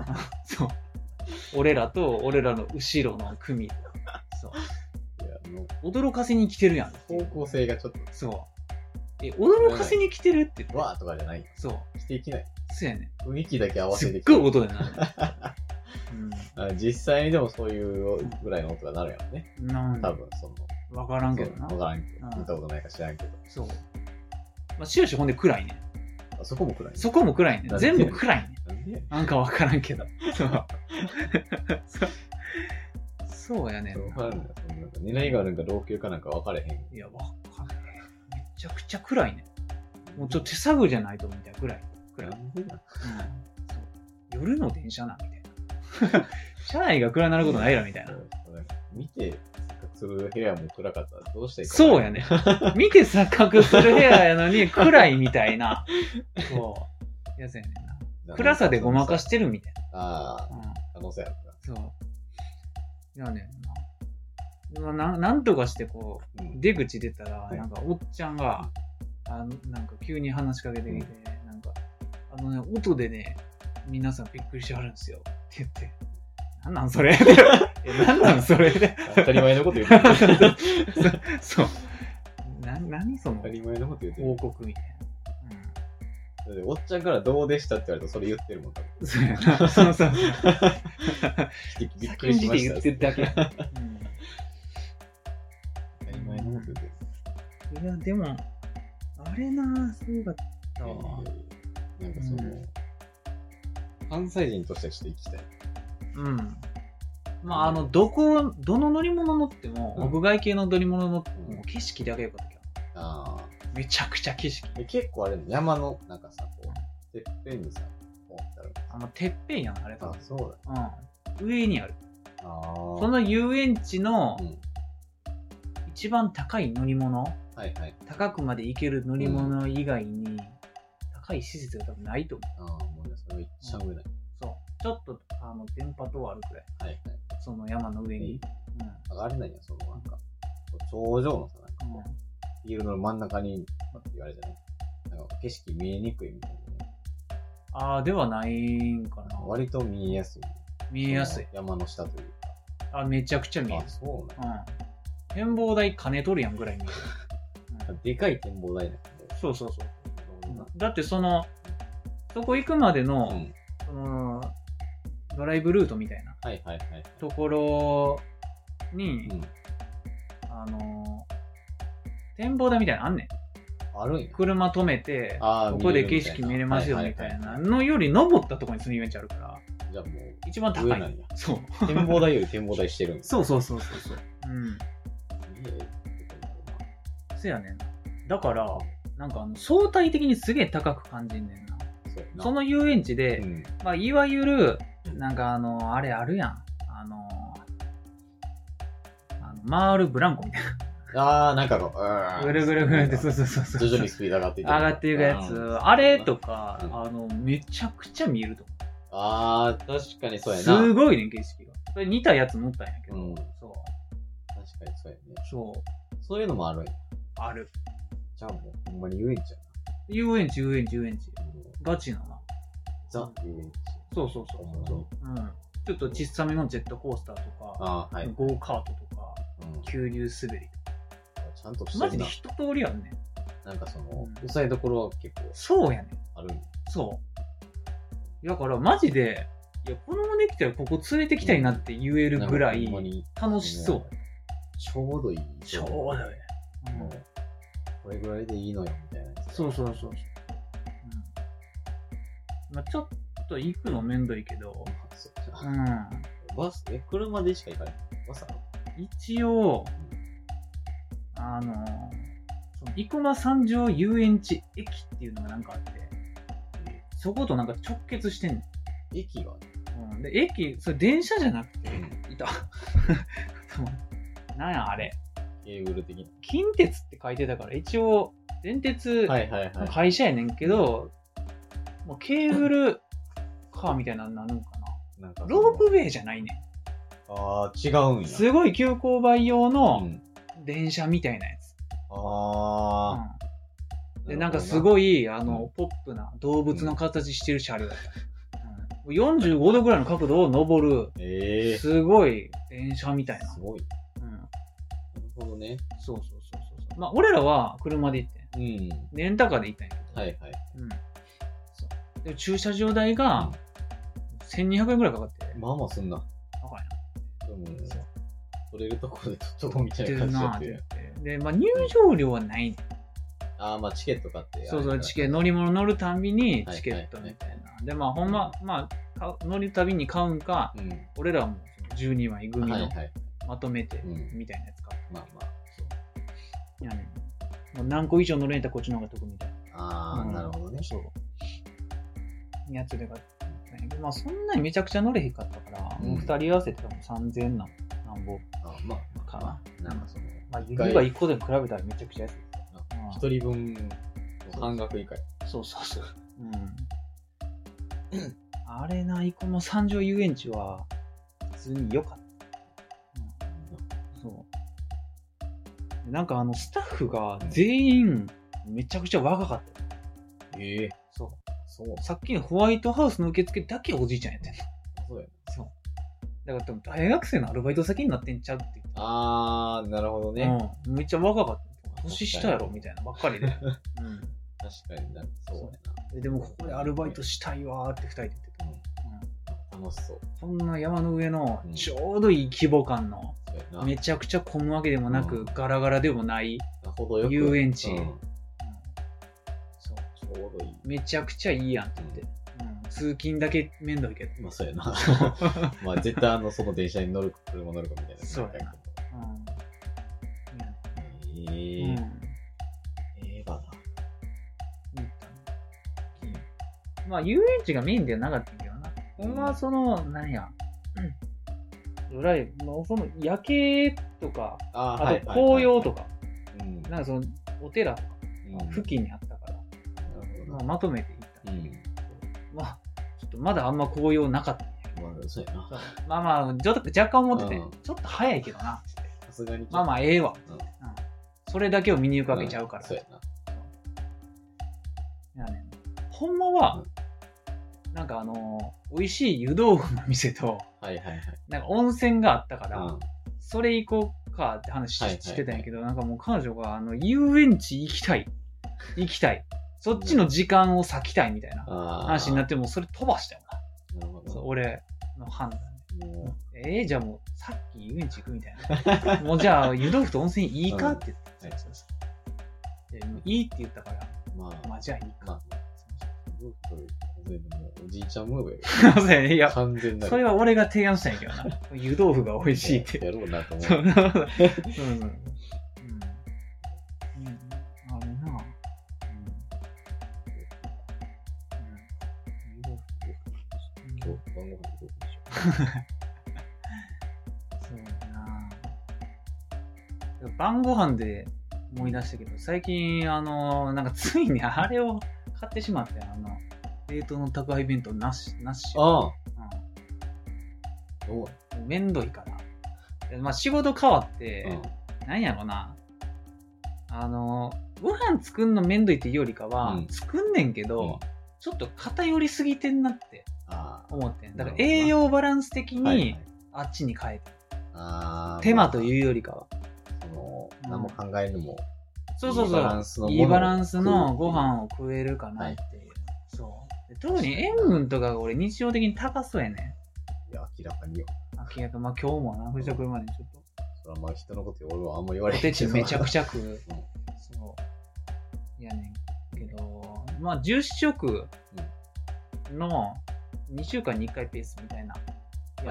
そう俺らと俺らの後ろの組そう
い。いや、あの、
驚かせに来てるやんってい
方
う
向性がちょっ
そうえ驚かせに来てるって言って
と、わーとかじゃない。
そう
していきない。
そうやね
雰囲気だけ合わ
す
せ
ってごい
い
音でなる、 う
あ実際にでもそういうぐらいの音がなるやろね。
ん、なん
多分、その。
分からんけどな
そうわからんけど。
うん
見たことないか知らんけど。
そうまあ終始ほんで暗いね
あそこも暗いね。
そこも暗いね
なんで
全部暗いね
なんでやねん
なんかわからんけど。そう。そうそうやねん
わ
な
かるんだよ。そのなんか狙いがあるんか老朽かなんか分かれへん。
いや、わかんない。めちゃくちゃ暗いね。もうちょっと手探りじゃないとみたいな暗い。暗い。
なんでなん
そう夜の電車なみたいな。 車内が暗なることないやみたいな。
なんか見て、する部屋も暗かったらどうしていいか分
そ
か
う
ら
や
ん
ね。見て錯覚する部屋やの に暗いみたいな。そう。やつやねんな。暗さでごまかしてるみたい
あ
な。
あ、
うん
可能性あるな。
そう。やねんな。まあなんなんとかしてこう、
うん
出口出たら、
い
なんかおっちゃんが、あのなんか急に話しかけてきて、なんか、あのね、音でね、皆さんびっくりしはるんですよって言って、なんなん それえ、なんなんそれ
当たり前のこと言ってる。
そう。な、何その
当たり前のこと言ってる
報。告みたいな。
だっておっちゃんからどうでしたって言われたらそれ言ってるもん。多分
うん。そうやな。そうそう。
びっ
先
くり
ん
し
じ
ま
て
し
言
た。
ってるだけ。うん
当たり前のこと言ってる。
いや、でも、あれな、すごかったわ。
なんかその、関西人としてちょっと生きたい。
うん。まあ、あの、どこ、どの乗り物乗っても、
うん
屋外系の乗り物乗っても、景色だけ良かったけど、
ああ。
めちゃくちゃ景色。
で結構あれ、山の、なんかさ、こう、てっぺんにさ、こうやった
あの、てっぺんやん、あれ
ら
と。
そうだ。
うん。上にある。
ああ。
その遊園地の
うん。
一番高い乗り物、
はいはい。
高くまで行ける乗り物以外に、高い施設が多分ないと思
ああ、もうね、それが一番上だ。
う。そう。ちょっと、あの、電波塔あるくらい。
はいはい。
その山の上に。
上がれないよ、その、なんか、こう頂上のさ、なんか
うん。うん
フィールドの真ん中に、って言われじゃないなんか、景色見えにくいみたいなね。
ああ、ではないんかな。
割と見えやすい。
見えやすい。。
山の下という
あ、めちゃくちゃ見え
か。
や
あ、
すい
そう
う
な
ん。展望台金取るやんぐらい見える。
んだでかい展望台だけ
そうそうそう。
ど。
だってその、そこ行くまでの、
うん。
その、ドライブルートみたいな
はいはいはい。
ところに、
うん。
あの、展望台みたいなのあんねん。
あるんや。
車止めて、
あー
ここで景色見れますよ
見れ
み
るみた
た
いない
なのより登ったところに住みちゃあるから、
じゃあも
一番
う、
高
上
い
なんや。
そう。
展望台より展望台してるんです。
そうそうそうそうそう。うん。そやねんな。だから、なんかあの相対的にすげえ高く感じんねんな。
そうやな
その遊園地で、
うん
まあ、いわゆる、なんかあの、あれあるやん。あの、あの回るブランコみたい
ああ、なんかこううー
な。
ん、
ぐるぐるぐるって、そうそうそうそう。
徐々にスピード上がってい
上がっていくや
う
つ。
ん
あれとか、
うん
あの、めちゃくちゃ見えると思
ああ、確かにそう
う。
やな。
すごいね、景色が。それ似たやつ乗ったんやけど、
うん
そう、
確かにそうやね。
そう、
そういうのもあるんや。
ある。
じゃあもう、ほんまに遊園地や
遊園地、遊園地、遊園地。
な。もう
ガチなな。
ザ遊園地。
そうそうそう
ほんま
そう
に。。
うん。ちょっと小さめのジェットコースターとか、
ああ、はい。うん
ゴーカートとか、
ち
急流滑り
ゃんとして
マ
る
ジで
な。
一通りやんね。
なんかその
うん、
うさえどころは結構
そうやね。
あるんや。
そう。だからマジで、いや、子供できたらここ連れてきたいなって言えるぐら
なんかほんま
い
に
楽しそう。
ちょうどいい。
ちょうどいい。
もう、これぐらいでいいのよ、みたいなやつ。
そうそうそうそう。うん。まあちょっと行くのめんどいけど、
あそう
う
あ
ん。
バス、え、車でしか行かない。バスある
一応、あの、その生駒三条遊園地駅っていうのがなんかあって、そことなんか直結してんの。
駅がある。
うん、で、駅、それ電車じゃなくて、いた。 なんやあれ。
ケーブル的な。
近鉄って書いてたから、一応、電鉄
はいはいはい。
会社やねんけど、もうケーブルカーみたいなのになるんか
なんか
な。
その
ロープウェイじゃないね
ああ、違うん
ん。
や。
すごい急勾配用
う
の
ん
電車みたいなやつ。う
あ
ん
あ。
で、なんかす
い。
ごい、あの、ポップな動物の形してる車両だった。うん、45度ぐらいの角度を登
ええ
る、すごい電車みたいな
す。ごい。な
うん、
るほどね。
そうそうそうそうそう。まあ、俺らは車で行ってん、
うん。
レンタカーで行ったんやけど、
はいはい。
うんそうでも駐車場代が1200円ぐらいかかって、
まあまあそんな。
だからや
でも
そう、
取れるとこで取っとこうみた
っ
い
てる
な感じだ
なぁ
っ
って
て
言って。で、まあ、入場料はないね、
ああ、まあチケット買って。
そう
あ
そ
れ
う、
だ
チケ乗り物乗るたんびに
はい
チケットみたいな。で、まあ、ほんま、まあ、買う乗るたびに買うんか、
うん。
俺らはもうその12枚組
はい
の
はい。
まとめて
うん
みたいなやつ買
まあまあ。
う。いやね、もう何個以上乗れんやったらこっちの方が得みたいな。
ああ、
うん
なるほどね。
そう。やつで買ったんやけどまあそんなにめちゃくちゃ乗れへんかったから、
うん
もう2人合わせて多分3000なんなんぼ。
あまあまあ。
かな。
なんかその、
まあ指
一
が1
回
個で比べたらめちゃくちゃ安い。うん
一人分の半額以下。
そうそうそう。 うん。 あれな、イコも三条遊園地は普通に良かった。うん、そう。なんかあのスタッフが全員めちゃくちゃ若かった。
ええ。
そう。
そう。
さっきのホワイトハウスの受付だけおじいちゃんやってんの。
そうやね。
そう。だから多分大学生のアルバイト先になってんちゃうって言っ
ああ、なるほど
て、
ね。
うん、めっちゃ若かった。年下やろみたいなばっか りで。
確かになんかそうやな。
うん、でもここでアルバイトしたいわーって二人で言ってた。
楽しそう。
そんな山の上の
うん
ちょうどいい規模感の、
そうやな。
めちゃくちゃ混むわけでもなく、
うん
ガラガラでもない、
程よく
遊園地
うん
そう
ちょうどいい。
めちゃくちゃいいやんって言って、うん通勤だけめんどいけど、
まあそうやな。 まあ絶対あの、その電車に乗るか、車乗るかみたいな。
そうやな
ええ
うんいいやねうん
ー。ええわな。
行ったねまあ遊園地がメインではなかったけどな。ほんまはその、なんや、うん。ドライブ、まあ、その夜景とか、
あー
あと紅葉と。か、
うん。
なんかそのお寺とか、
うん
付近にあったから、
なるほ
まあ、
どな
まとめて行った。
うん。
まあ、ちょっとまだあんま紅葉なかったんやけ
まあそうやな。
ど。まあまあ、ちょっと若干思ってて、
うん
ちょっと早いけどな。
さすがに。
まあまあ、ええわ。
うん。
それだけを見に行くわけちゃうから。
そうやな。
いやねほんまは、なんかあのー美味しい湯豆腐の店と、
はいはいはい。
なんか温泉があったから、
うん
それ行こうかって話し,、
はいはいはい
てたんやけど、なんかもう彼女が、あの、遊園地行きたい。行きたい。そっちの時間を割きたいみたいな
ああ。
話になって、もうそれ飛ばしたよ
なる
な。
ほ
そう
ど。
俺の判断。
も
えー、じゃあもう、さっ き遊園地行くみたいな。もうじゃあ、湯豆腐と温泉いいかって言って。
はい
でもういいって言ったから、
まあ、
まあじゃあいい
まあ
か。、
僕と完全にもうおじいちゃんムーブや け
そうやねい
ど、
や、
完全なる
それは俺が提案したんやけどな。 湯豆腐が美味しいって。
やろうなと思
そう
う。
なるほど。うん。うん。うん。あれな。
今日晩ご飯どうでしょ
そうやな。晩ご飯で思い出したけど、最近、あの、なんかついにあれを買ってしまって、あの、冷凍の宅配弁当なし、なし。
う。ああ、お
うん、めんどいから。でまあ仕事変わって、なんやろな。あの、ご飯作んのめんどいっていうよりかは、
うん
作んねんけど、
うん
ちょっと偏りすぎてんなって
あ
思ってん。だから
なるほどな
栄養バランス的
あ、はいは
に
い
あっちに変えた。
ああ
手間と
う。
いうよりかは。
その、
うん
何も考えるのも、
そうそう
いいバランス
そ
の
う。
ものを
いいバランスのご飯を食えるかなっていう。そう。で特に塩分とかが俺日常的に高そうやね
いや、明らかによ。
ん。明らかまあ今日もな、不食までちょっと。
それはまあ人のこと俺はあんま言わ
ポ
れへん
テチめちゃく
ち
ちゃ食う。そう。やねんけど、まあ10食の2週間に1回ペースみたいな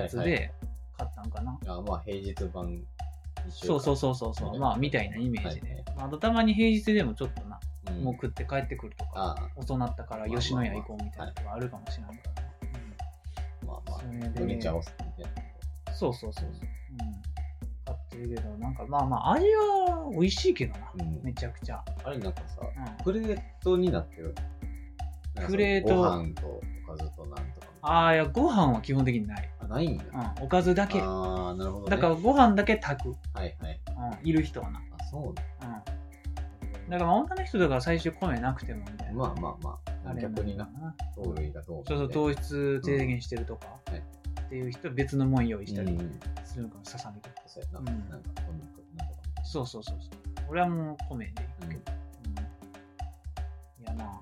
やつ
はいは
で買ったんかな。
ゃ。あまあ平日晩、
そうそう
そ
そうそうそう、
はい
まあみたいなイメージで、
はいはい
まあ、あとたまに平日でもちょっとな、
う。
もうん食って帰ってくるとか
ああ、
遅なったから吉野家行こうみたいなのがあるかもしれないから、
まあまあ、
それで
土日合わせてみたいな。
そうそうそうそう、うん、買ってるけどなんかまあまあ味は美味しいけどな、
うん
めちゃくちゃ、
あれなんかさ、
うん、
プレートになってる。なんかその
プレート
ご飯とおかずとなんとか。
ああいやご飯は基本的にない、
あ、ないんだ。
うん、おかずだけ
ああ、なるほど、ね。
だからご飯だけ炊く、うん、
はいはい。
いる人はな、
あ、そうだ。
うん、だから女の人だから最初米なくてもみたいな、
まあまあまあ、
れ
逆にな、
な
糖類がどう
そうそう糖質低減してるとか、
うんはい
っていう人は別のもん用意した
う
り
ん
するのかもささみとか
そうやな。
うん
なんか、こんなことなんとかも。
そうそうそうそう俺はもう米でいくけど、うんいやな、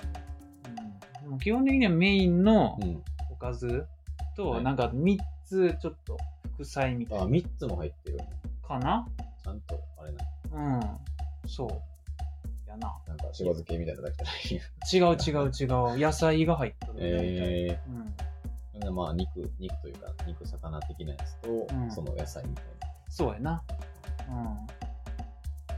うん、でも基本的にはメインの
うん。
おかずと、
はい
なんか3つちょっと副菜みたい
あ、3つも入ってるね。
なかな
ちゃんと、あれな、
うんそうやな
なんか、しば漬けみたいなだけじゃ ないよ。
違う違う違う野菜が入っとる
ええ
みたいな、うん、
なんでまあ、肉、肉というか、肉、魚的なやつと、
うん
その野菜みたい
そうやな。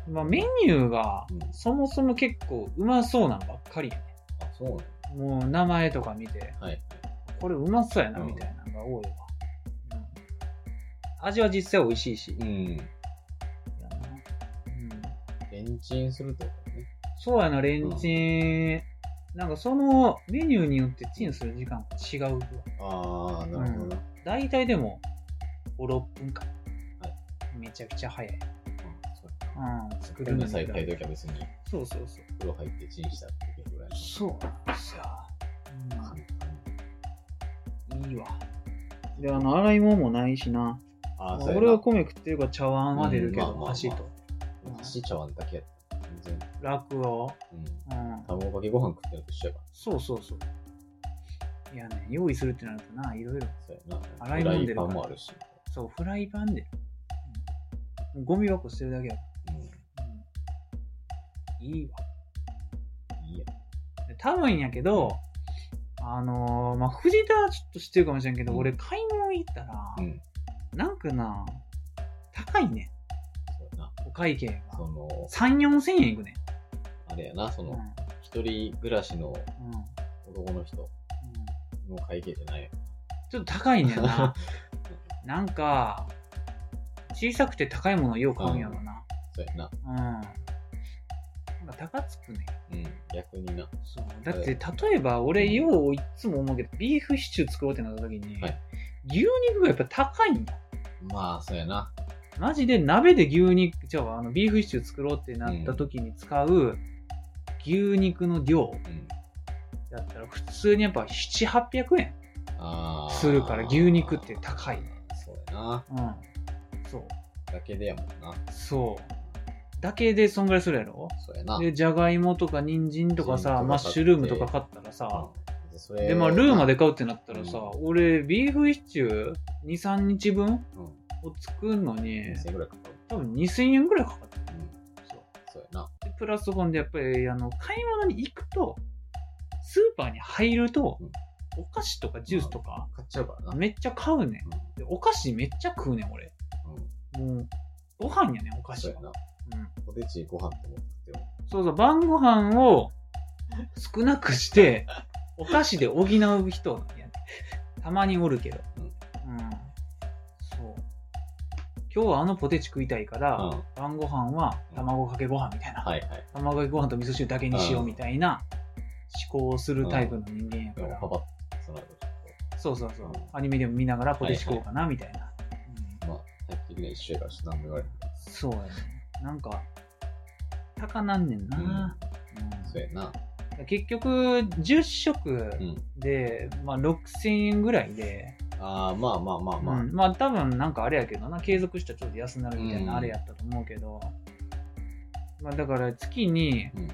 うん。まあ、メニューが
うん、
そもそも結構うまそうなんばっかりやね。
な。あ、そうなの
もう名前とか見て、
はいはい。
これうまそうやな、
うん
みたいなのが多いわ。うん。味は実際美味しいし。
うん。
やなうん。
レンチンするってことね。
そうやな、レンチン。なんかそのメニューによってチンする時間が違うわ。
ああ、なるほどな。
大体でも5、6分間。
はい
めちゃくちゃ早い。
あそうやな
うん、作る
ごめん
の
なさい、
に
買い時は別に、
そうそうそう。
風呂入ってチンしたっていうぐらいの。
そうなんですよ。
簡単
いいわ。で、あの、洗い物もないしな。
あ
ま
ー、
あ
そうやな
俺は米食ってるから茶碗は出るけ
うんまあま
ど、
あまあ
箸と。
し茶碗だけやった。全然。
楽を。
うん。
うん。
卵かけご飯食ってると一緒やか
そうそうそう。いやね、用意するってなるとな、いろいろ。
ら。そうやな。
洗い物出る
フ
から
ライパンもあるし。
そう、フライパンで。うんゴミ箱捨てるだけやか
う
ら。うんいいわ。
ん。いいや。
で多分やけど、あのー、まあ、藤田はちょっと知ってるかもしれんけど、
うん
俺買い物行ったら、
うん。
なんかな、高いね、
そうやな。
お会計が。
その、
3、4千円いくね。
あれやな、そ
うん。う
の
ん。、
一人暮らしの男の人
うん
の会計じゃないよ。
ちょっと高いんだよ な。なんか、小さくて高いものをよう買うんやろな。
そうやな。
うん。なんか高つくね。
うん。逆にな。
そう。だって、例えば俺よういつも思うけど、ビーフシチュー作ろうってなった時に、
はい
牛肉がやっぱ高いんだ。
まあ、そうやな。
マジで鍋で牛肉、じゃああのビーフシチュー作ろうってなった時に使う牛肉の量
うん。
だったら普通にやっぱ7、800円。
ああ。
するから牛肉って高い。
そうやな。
うん。そう。
だけでやもんな。
そう。だけでそんぐらいするやろ
そうやな。
で、じゃがいもとか人参とかさ、
人参とか買って
マッシュルームとか買ったらさ、
うん、それ
で、まあ、ルーまで買うってなったらさ、
う
俺、ビーフシチュー2、3日分
うん。
を作るのに、
2000円ぐらいかかる。
多分2000円ぐらいかかってる。
うん。
そう
そうやな。
でプラス本でやっぱりあの買い物に行くとスーパーに入ると、
うん
お菓子とかジュースとか、
買っちゃうからな。
めっちゃ買うねん
うん
でお菓子めっちゃ食うねん俺
うん。
もうご飯やねんお菓子
そうや
は
な。
うん、
ポテチご飯と思ってよ。
そうそう晩ご飯を少なくしてお菓子で補う人やねたまにおるけど
うん
うん、そう今日はあのポテチ食いたいから、
うん。は
晩ご飯は卵かけご飯みたいな、
いはい。
卵かけご飯と味噌汁だけにしようみたいな思考をするタイプの人間やか
でも
ら、
パパッとその後ちょっ
そうそうそう
うん
アニメでも見ながらポテチ食おうかなみたいな、うん
と。まあ、最近的には一緒やからちょっと何も言われない。
そうやねなんか高なんねんな、うん
そうやな。
結局10食
うん。
で、まあ、6000円ぐらいで、
ああ、まあまあまあまあ。
まあ、まあ多分なんかあれやけどな継続したらちょっと安なるみたい
うん
なあれやったと思うけど、まあだから月に
うん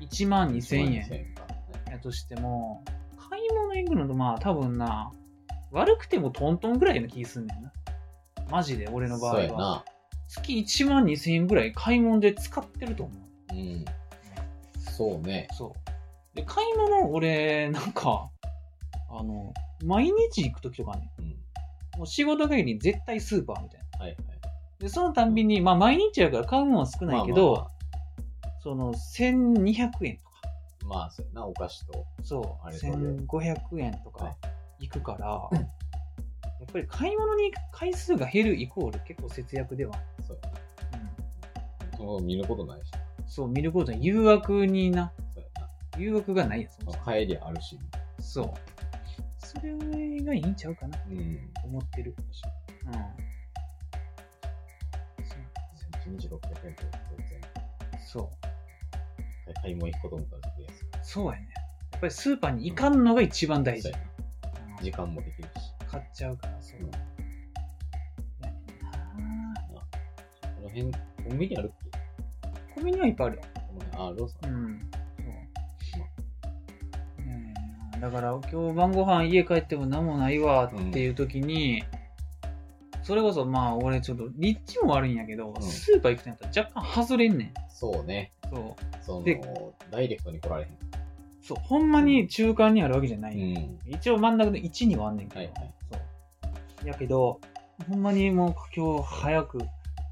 1万2000円、
2000円か。
やとしても、買い物行くのとまあ多分な、悪くてもトントンぐらいの気すんねんな。マジで俺の場合
そうや
は。
な。
月1万2000円ぐらい買い物で使ってると思う。
うん。そうね。
そう。で、買い物俺、なんか、あの、毎日行くときとかね、
うん。
もう仕事帰りに絶対スーパーみたいな。
はいはい。
で、そのたんびに、まあ毎日やから買うもんは少ないけど、その1200円とか、
まあまあまあ、まあそうやな、お菓子と。
そ
あ
う、
れそれ
1500円と
は
か行くから、やっぱり買い物に行く回数が減るイコール結構節約では、
そうやな。そう見ることないし。
そう、見ることに誘惑にな、
そうやな。
誘惑がないやん、その
まあ帰りあるし。
そう。それがいいんちゃうかな、
うん。
思ってる。うん。
1600円と全然。
そう。
買い物行くこともたら全然安い
そうやね。やっぱりスーパーに行かんのが一番大事。
そうやな時間もできるし。
買っちゃうから、そう。
うん
やねんな
この辺、コンビニあるっけ
コンビニはいっぱいあるよ。
この辺あ、ローソ
う
ン。
ん。そう。ねえだから今日晩ご飯家帰っても何もないわっていう時に、それこそまあ俺ちょっと立地も悪いんやけど、
うん
スーパー行くとやったら若干外れんねん。
そうね。
そう。
そ
で
の、ダイレクトに来られへん。
そう、ほんまに中間にあるわけじゃない、
うん。
一応真ん中の1にはあんねんけど。
はいはい
そう。やけど、ほんまにもう今日早く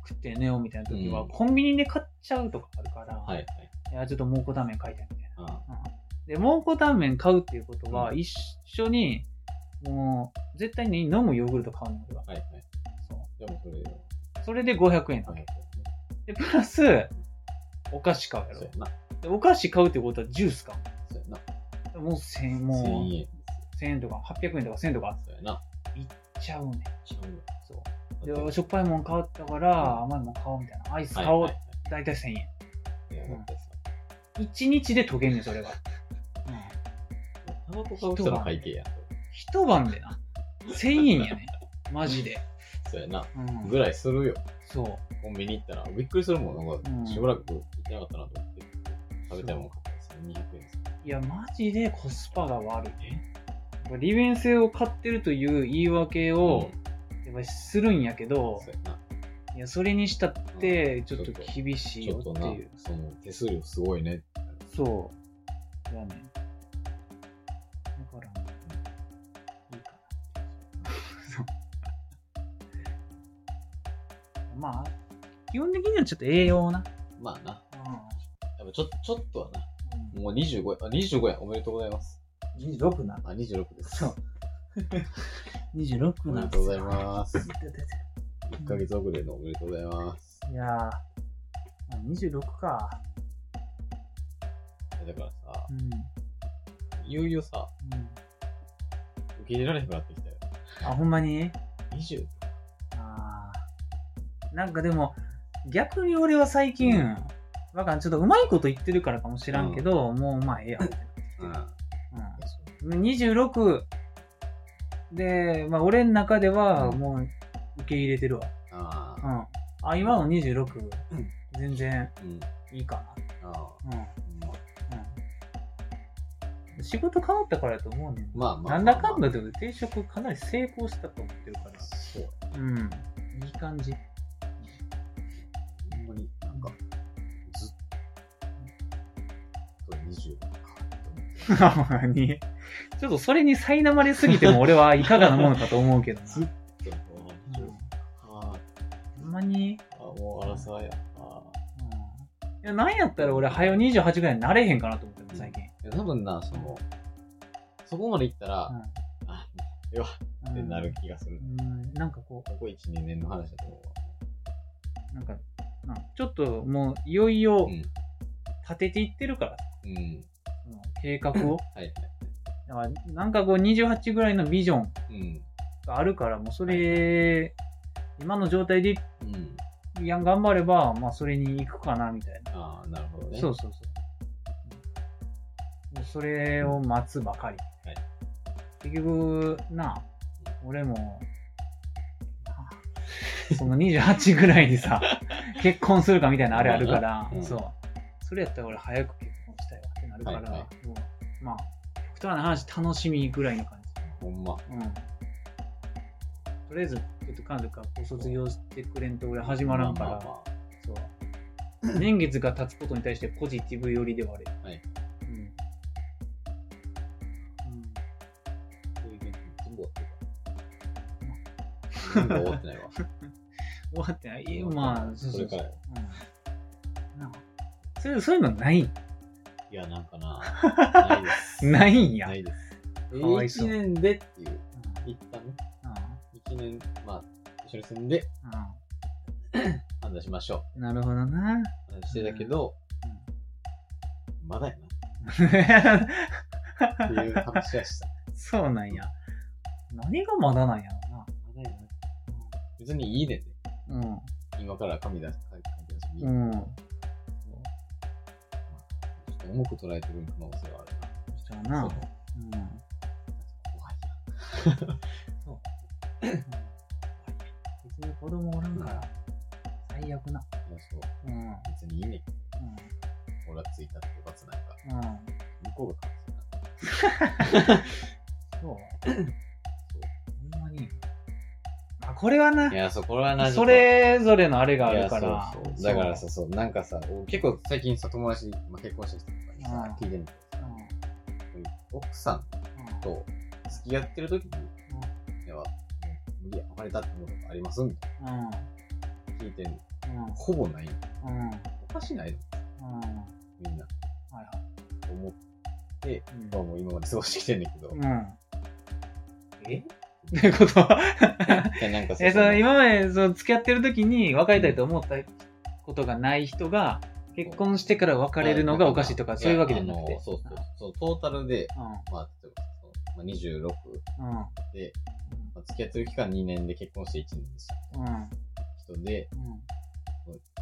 食って寝ようみたいな時は、
うん
コンビニで買っちゃうとかあるから、
はいはい。
いや、ちょっと蒙古タンメン買いたいみたいな。
あ
で、蒙古タンメン買うっていうことは、
う
一緒に、もう、絶対に飲むヨーグルト買うの俺は。
はいはい。
そ
でもそれ、
う。それで500円。
500円ね。
で、プラス、お菓子買うや
そう
ろ
や。な。
で、お菓子買うってことはジュース買
そうやな。
う。もう1000円、
1000
も
円。
う、1000円とか、800円とか1000円とか
そうやな。
あっちゃうね。
ちゃうよ
そ
だって
う。で、しょっぱいもん買ったから、甘いもん買おうみたいな。アイス買おう。
はい
だいたい1000円。
はいはいいやだってさ
1日で溶けんねん、それが。うん
タバコ買う人の会計やん。
一晩でな。1000円やね。マジで。
そうやな。
うん
ぐらいするよ。
そう。
コンビニ行ったら。びっくりするもん。なん
うん
か、しばらく行ってなかったなと思って。食べたいもん買ったらさ、200円です。
いや、マジでコスパが悪い。利便性を買ってるという言い訳を、やっぱりするんやけど
そう、やな。
いや、それにしたって、
うん
ちょっと
ちょっと
厳しい
ち
よ
ょっと
っ
な
ていう。、
その手数料すごいね。
そう。やね。だから、いいかな。まあ、基本的にはちょっと栄養な。
まあな、
う
やっぱちょちょっとはな、
ん。
もう25や、あ、25や、おめでとうございます。
26な。
あ、26です。
そう。26
おめ
な
で
ん
と
です
うござい
よ。
ます。
ん
1ヶ月遅れのおめでとうございます。
いやー、まあ26か。
いやだからさ
う、ん。
いよいよさ、
うん、
受け入れられなくなってきたよ。
あ、ほんまに
20?
あーなんかでも、逆に俺は最近、
うん
わかん、ちょっとうまいこと言ってるからかもしらんけど、もうまあええやん。
うん。
うん。26で、まあ俺の中では
うん
もう受け入れてるわ。
あ
う
あ。
ん。あ、今の26、
うん
全然
うん。
いいか
ああ。
な。うん。
うんまあ
うん仕事変わったからやと思うねん。
まあまあ。
なんだかんだ
で。
でも定職かなり成功したと思ってるから。
そう。
うん。いい感じ。
ほんまに、なんか、ずっ
にちょっとそれに苛まれすぎても俺はいかがなものかと思うけどな。
ずっとあ
ほんまに、
ーあ、もう争いや。あ
いや、なんやったら俺、はよ28ぐらいになれへんかなと思ってる、最近。
ーいや多分な、その、そこまで行ったら、あ、ええわ
うん
ってなる気がする
う。ん、なんかこ
ここ1、2年の話だと思うわ。
う、なんか、なちょっともう、いよいよ
うん
立てていってるから、
うん。
その計画を。
はいはい。
だから、なんかこう、28ぐらいのビジョン
うん。
があるから、もうそれ、今の状態で、
うん。
いや、頑張れば、まあ、それに行くかな、みたいな。
ああ、なるほどね。
そうそうそう。もうそれを待つばかり。
はい
結局、なあ、俺も、 あその28ぐらいに さ、結婚するかみたいなあれあるから、
うん
そう。それやったら俺早く結婚したいわってなるから、
はいは
もうまあ、極端な話楽しみぐらいの感じ。
ほんま。
うん。とりあえず、えっと、彼女がご卒業してくれんと俺始まらんから、
まあまあま
そう。年月が経つことに対してポジティブ寄りではある。
はい
うん。うん。
あそういうイベント全部終わってるから。全部終わってない わ。
終わってない。いやまあ、そう
そ
そ
れ
う
か
そう。
らよ。
うん。なんかそういうそういうのない
いや、なん かな。ないです。
ないんや。
な
うん
いです。え
かわいそう
1年でっていう。一旦ね。
う
1年、まあ、一緒に住んで
ん
判断しましょ
うんなるほどな。
う。話してたけど、まだやな。っていう話 はした。
そうなんや。何がまだなんやろ
まだやな。別にいいねんね。
うな。
今から神出す神出す。
うん。 うん。
ちょっと重く捉えてる可能性はあるな。
そうやな
その
うん。
怖いな。
別に子供おらんから、最悪な。
いやそう。
うん。うん。
別にいいねん。俺はついたって罰なんか。
うん。
向こうが勝つな。、
そう。ほんまに。まあ、これはない
や、そう、これはな、
それぞれのあれがあ
い
る
や
から。
そうそうだからさ、そう、なんかさ、俺結構最近さ、友達、まあ、結婚した人とかにさ
うん、
聞いてるんだ
そう、
けど、奥さん
うん
と付き合ってる時に、いや、もう無理や、別れたって思うとかありますみたいな聞いてんの。
うん。
ほぼないの。
うん。うん。うん。
おかしないの
うん。
みんな。
はい
思って、まあ
は
もう今まで過ごしてきてんだけど
い。う。ん。うん。
え
ということは
いやなんかさ、
え、そ
そ
の
の
今までその付き合ってる時に別れたいと思ったことがない人が、結婚してから別れるのがおかしいとか、そういうわけじゃなく
いやあ
て
の。そうそうそう。トータルで、
う
まあ、例えばそのまあ、
ん。う
26
ん。
で、まあ、付き合ってる期間2年で結婚して1年でした。
うん。
人で、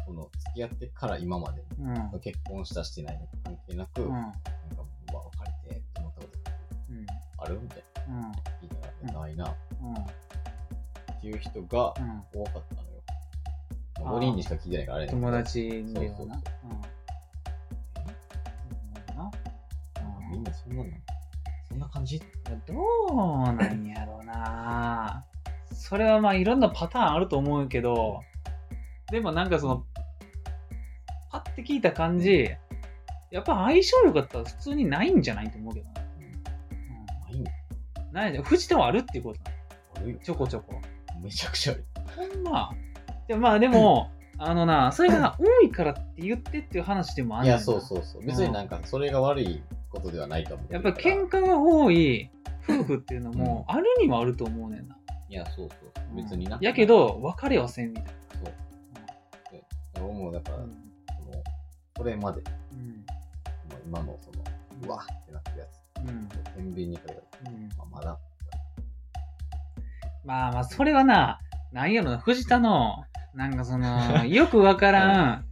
この付き合ってから今まで、
うん。うん。
結婚したしてないの関係なく、
うん。う
なん
ん。
かもう、うわ、別れてって思ったこと
うん。
あるみたい
うん。
な聞いたら、
うん
ないな、っ
うん。
ていう人が
うん。
多かったのよ。
あ
ま
ー
あ、5人にしか聞いてないからあれやねんけど
友。達ではな。うん
みんなそんなのそんな感じ
どうなんやろうなそれはまあいろんなパターンあると思うけどでもなんかそのパッて聞いた感じやっぱ相性良かったら普通にないんじゃないと思うけどな、
ないんだ。
うん、ないじゃん藤田はあるっていうことなの
悪いよ。
ちょこちょこ
めちゃくちゃ悪い。
ほんまでもまあでも、あのなそれが多いからって言ってっていう話でもあん
い
ねん
や、
な
そうそうそう。別になんか、それが悪いことではないと思う。
やっぱり喧嘩が多い夫婦っていうのもあるにはあると思うねんな。
いや、そうそう。別にな。
やけ、ど、別れはせんみたい
そう。俺もだから、
な。
そ
うん
の、これまで、
うん
もう今のその、うわってなってるやつ、
うん
天秤にかけたら、
うん
まあ、まだ、
まあまあ、それはな、なんやろな、藤田の、なんかそ の、よくわからん、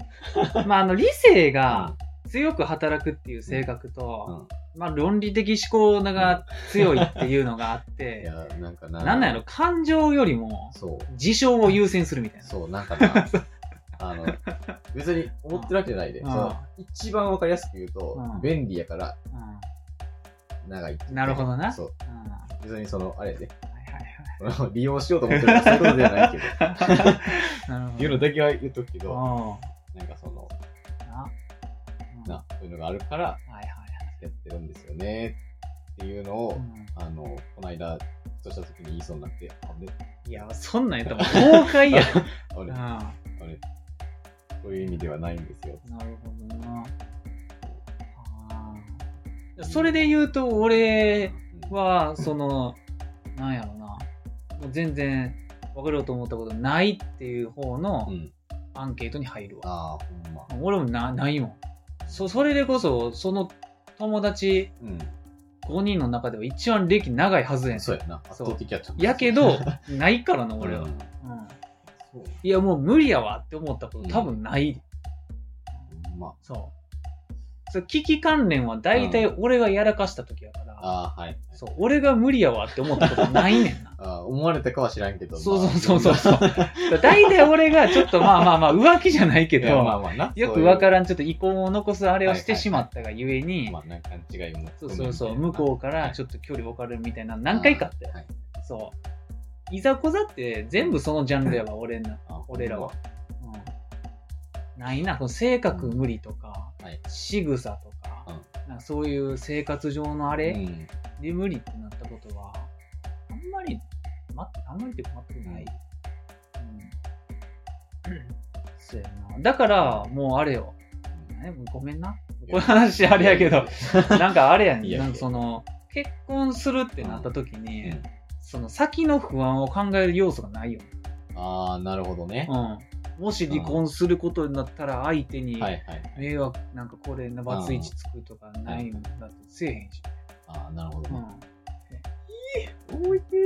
まああの、理性が強く働くっていう性格
う
と、
ん。
まあ論理的思考が強いっていうのがあっ
い
て
や、、なんかな。
なんなんやろ、感情よりも、
そう。
事象を優先するみたいな。
そう、なんかな。あの、別に思ってるわけじゃないで、
う
そ
ん
の、一番わかりやすく言うと
う、ん
便利やから
うんうん
長いっていう。
なるほどな
そう。
は
別にその、あれやで、
いはいはい
これを利用しようと思ってるとかそういうことではないけ ど、
なるほ
っていうのだけは言っとくけ
ど。
ど、
うん
なんかその、
な。うん
な、そういうのがあるから、
はいはいはい。
やってるんですよね。っていうのを、
うん
あの、この間、ふとした時に言いそうになって、あれ
いや、そんなんやったらもう崩壊や。
あれ
あ
あれそういう意味ではないんですよ。
あ、なるほどな。ああそれで言うと、俺
うん
は、その、なんやろな。もう全然、分かろうと思ったことないっていう方
う
の
ん。
アンケートに入るわ。
ああ、ほんま。
俺もな、ないもん。そ、それでこそ、その友達
うん。
5人の中では一番歴長いはずやん。
そうやな。圧
そう
倒的やっちゃ
やけ ど、ないからな、俺は。
うん
うん
そう。
いや、もう無理やわって思ったこと多分ない。
ほんま。
そう。そう危機関連は大体俺がやらかした時やから、
ああ、はい。。
そう、俺が無理やわって思ったことないねんな
ああ、思われたかは知らんけど。
そうそうそうそう。大体俺がちょっとまあまあまあ浮気じゃないけ
けど、い やまあ
ど、
まあな。
よくわかららんちょっと遺恨を残すあれをしてしまったがゆえに、
まあ、なんか勘違いも。
そうそうそう、向こうからち
ょっ
ょっと距離置かれるみたいな何回かあったよ。
はい
そう。いざこざって全部そのジャンルやわ、俺んな。
あ
俺らは。うんないな、その性格無理とか、
はい
仕草とか、なんかそういう生活上のあ
う
れ
ん。
で無理ってなったことは、あんまり、ま、あんまりって全くない。うん。 そうやな。だから、もうあれよ。ね、もうごめんな。この話あれやけど、 なんかあれやね
い
ん。
やいや
なんかその、結婚するってなった時に、
うん
その先の不安を考える要素がないよ。
ああ、なるほどね。
うん、もし離婚することになったら相手に
はいはい。
迷惑なんかこれのバツイチつくとかないんだってせえへんし、
ああ、なるほど
うん
ね。
いい置いて
い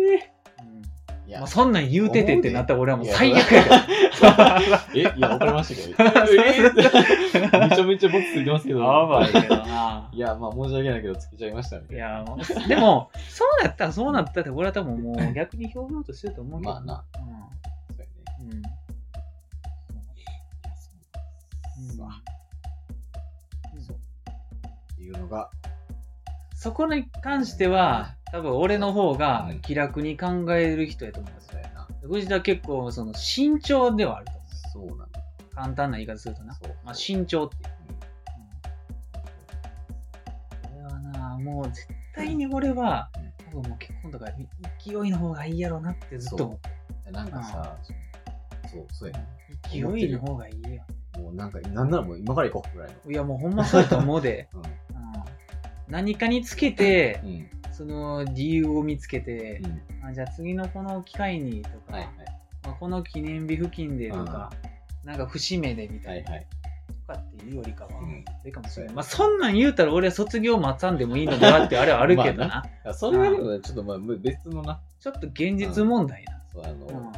ー
や
まあ、そんなん言うててってなったら俺はもう最悪やか
え、いや、わかりましたけど。
ら
めちゃめちゃ僕ついてますけど。
やばいけど ない
や、まあ申し訳ないけど、つけちゃいましたね。
いやもうでもそうなったらそうなったって俺は多分もう逆にひょうひょうとしてると思うけど
まあな。そうやね。
うんうん
いやそうなんですわそう。いうのが、
そこに関しては多分俺の方が気楽に考える人やと思うんですよ
そうやな。
藤田は結構その慎重ではあると思
そうなんだ。
う簡単な言い方するとな、
そう。
まあ、慎重っていう、うん、これはなもう絶対に俺は
う
多
ん
分もう結婚とか勢いの方がいいやろなってずっと思う
なんかさ、そう、そうやね。
勢い
思ってる
の方がいいよ
もうなんか、なんならもう今から行こうぐらいの。
いやもうほんまそうやと思うで、
うん
うん、何かにつけて
うん。
その理由を見つけて
う、ん。
あじゃあ次のこの機会にとか、
はいはい。
まあ、この記念日付近でとか、なんか節目でみた
はいい
な
はい。
とかっていうよりかは、
うん
いいかもしれない。まあ、そんなん言うたら俺は卒業待たんでもいいのかなってあれはあるけどな。
まいやそれはでも、ちょっとまあ、む別のな、
ちょっと現実問題な。
そう、あ
う
の
ん、
あ